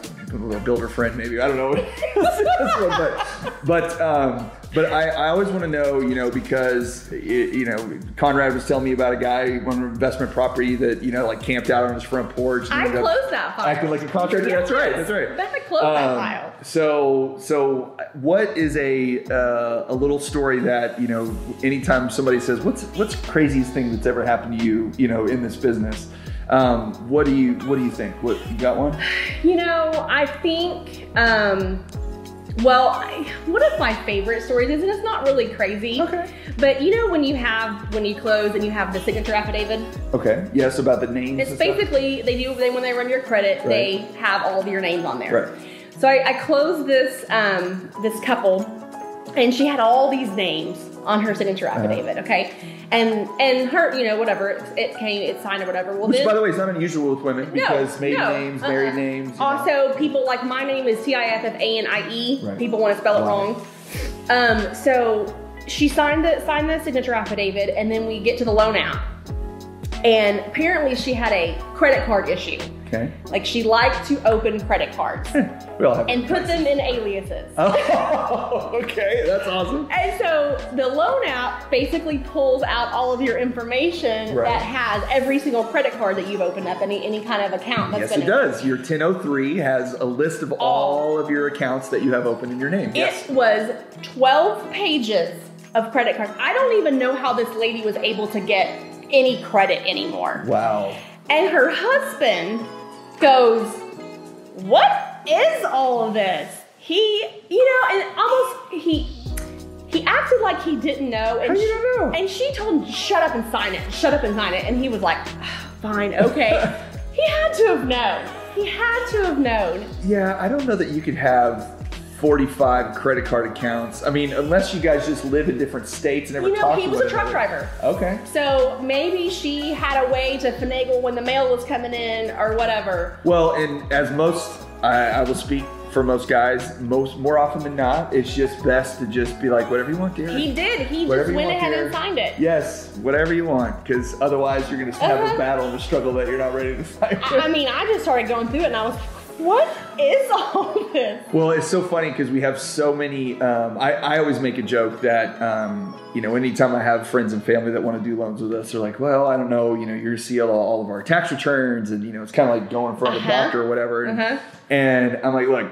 builder friend, maybe I don't know. this one, but but um, but I, I always want to know, you know, because i you know Conrad was telling me about a guy one investment property that you know like camped out on his front porch. and
I
ended up
closed that file.
Acting like a contractor. That's right. That's right.
That's a close that
Um,
file.
So so what is a uh, a little story that you know anytime somebody says what's what's the craziest thing that's ever happened to you you know in this business. Um, what do you what do you think? What you got one?
You know, I think, um, well, I, one of my favorite stories is, and it's not really crazy.
Okay.
But you know, when you have, when you close and you have the signature affidavit,
Okay. Yes, about the names.
it's
and stuff?
basically, they do, they, when they run your credit, they have all of your names on there.
Right.
So I, I closed this, um, this couple and she had all these names on her signature
Uh-huh.
affidavit. Okay. And, and her, you know, whatever, it, it came, it's signed or whatever. Well,
Which,
then,
by the way, is not unusual with women because maiden
no,
names,
uh-uh.
married names. you know.
Also, people like my name is T I F F A N I E.
Right.
People want to spell it
Right.
wrong. Um, so she signed the signed the signature affidavit, and then we get to the loan app, and apparently she had a credit card issue.
Okay.
Like she likes to open credit cards
We all have.
and put them in aliases.
oh, okay. That's awesome.
And so the loan app basically pulls out all of your information
Right.
that has every single credit card that you've opened up, any any kind of account. That's
Yes,
been
it does. Your 1003 has a list of all of your accounts that you have open in your name. yes.
It was 12 pages of credit cards. I don't even know how this lady was able to get any credit anymore.
Wow.
And her husband goes, What is all of this? He, you know, and almost he he acted like he didn't know. And
How do you
she-
not know?
And she told him, shut up and sign it, shut up and sign it. And he was like, "Ah, fine, okay. he had to have known. He had to have known.
Yeah, I don't know that you could have 45 credit card accounts. I mean, unless you guys just live in different states and never
You know,
talk
he
to
was a
one
truck
another.
driver.
Okay.
So maybe she had a way to finagle when the mail was coming in or whatever.
Well, and as most, I, I will speak for most guys, most more often than not, it's just best to just be like, whatever you want, dear.
He did. He
Whatever
just
you
went
want,
ahead
dear.
and signed it.
Yes, whatever you want, because otherwise you're going to have
Uh-huh.
a battle and a struggle that you're not ready to fight.
I, I mean, I just started going through it and I was like, what is all this?
Well, it's so funny because we have so many. Um, I, I always make a joke that, um, you know, anytime I have friends and family that want to do loans with us, they're like, well, I don't know, you know, you're sealed all, all of our tax returns. And, you know, it's kind of like going in front of a
Uh-huh.
doctor or whatever. And,
Uh-huh.
and I'm like, look,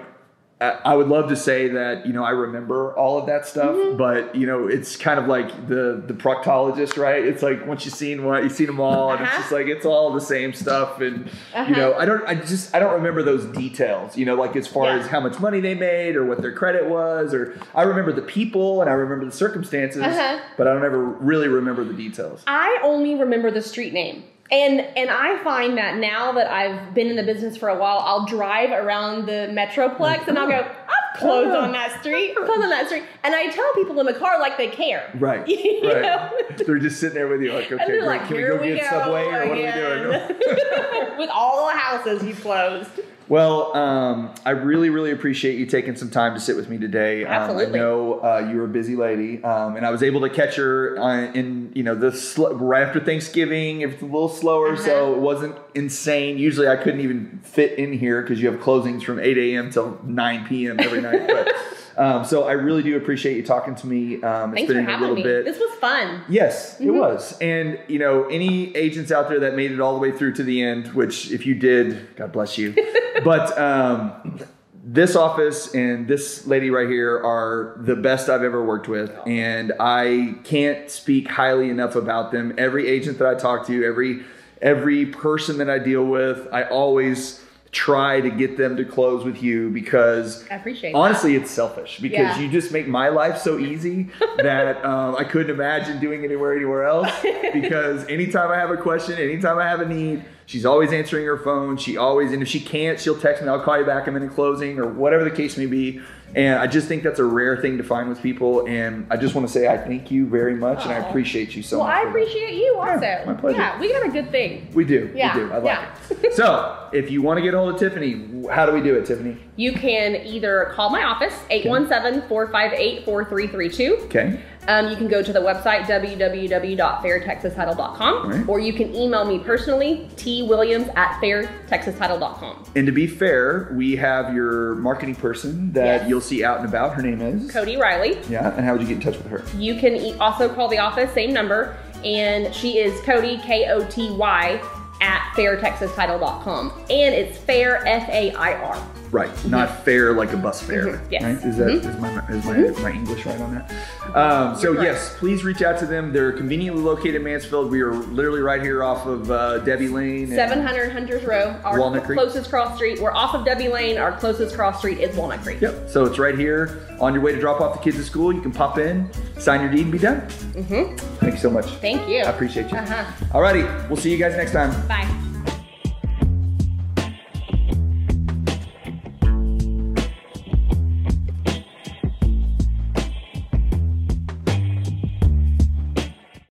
I I would love to say that you know I remember all of that stuff,
Mm-hmm.
but you know it's kind of like the the proctologist, right? It's like once you've seen what you've seen them all, and it's
Uh-huh.
just like it's all the same stuff, and
Uh-huh.
you know I don't I just I don't remember those details, you know, like as far
Yeah.
as how much money they made or what their credit was, or I remember the people and I remember the circumstances,
Uh-huh.
but I don't ever really remember the details.
I only remember the street name. And and I find that now that I've been in the business for a while, I'll drive around the Metroplex and I'll go, I've closed on that street, closed on that street. And I tell people in the car like they care.
Right,
You know?
right. They're just sitting there with you, like, okay,
And they're
great.
like,
can we
here
go get Subway or what are we doing?
doing? With all the houses you closed.
Well, um, I really, really appreciate you taking some time to sit with me today. Um,
Absolutely.
I know uh, you're a busy lady, um, and I was able to catch her uh, in, you know, the sl- right after Thanksgiving. It was a little slower, so
Uh-huh.
it wasn't insane. Usually, I couldn't even fit in here because you have closings from 8 a.m. till 9 p.m. every night. But, um, so I really do appreciate you talking to me. Um, it's
Thanks for
been a
having
little
me.
bit.
This was fun.
Yes, it was. And, you know, any agents out there that made it all the way through to the end, which if you did, God bless you. but um, this office and this lady right here are the best I've ever worked with. And I can't speak highly enough about them. Every agent that I talk to, every every person that I deal with, I always try to get them to close with you because
I appreciate it.
Honestly, it's selfish because
Yeah.
you just make my life so easy that um, I couldn't imagine doing anywhere anywhere else. Because anytime I have a question, anytime I have a need, she's always answering her phone. She always, and if she can't, she'll text me. I'll call you back. I'm in a closing or whatever the case may be. And I just think that's a rare thing to find with people. And I just want to say I thank you very much, and I
Aw.
appreciate you so
Well,
much.
I
for that.
appreciate you also.
my pleasure.
Yeah, we got a good thing.
We do.
Yeah,
We do. I like
yeah.
it. So, if you want to get a hold of Tiffany, how do we do it, Tiffany?
You can either call my office, 817 458 4332.
Okay.
Um, you can go to the website www.fairtexastitle.com
Right.
or you can email me personally, twilliams at fairtexastitle.com.
And to be fair, we have your marketing person that
Yes.
you'll see out and about. Her name is
Cody Riley.
Yeah. And how would you get in touch with her?
You can e- also call the office, same number, and she is Cody, K O T Y, at fairtexastitle.com. And it's fair, F A I R.
Right. Not fair like a bus fare.
Mhm, yes. Mm-hmm.
Right? Is that is my is my, my English right on that? Um, so
You're
yes, please reach out to them. They're conveniently located in Mansfield. We are literally right here off of uh, Debbie Lane. and-
700 Hunters Row, our
Walnut Creek.
closest cross street. We're off of Debbie Lane. Our closest cross street is Walnut Creek.
Yep. So it's right here on your way to drop off the kids at school. You can pop in, sign your deed, and be done.
Mm-hmm.
Thank you so much.
Thank you.
I appreciate you.
Uh-huh.
Alrighty, we'll see you guys next time.
Bye.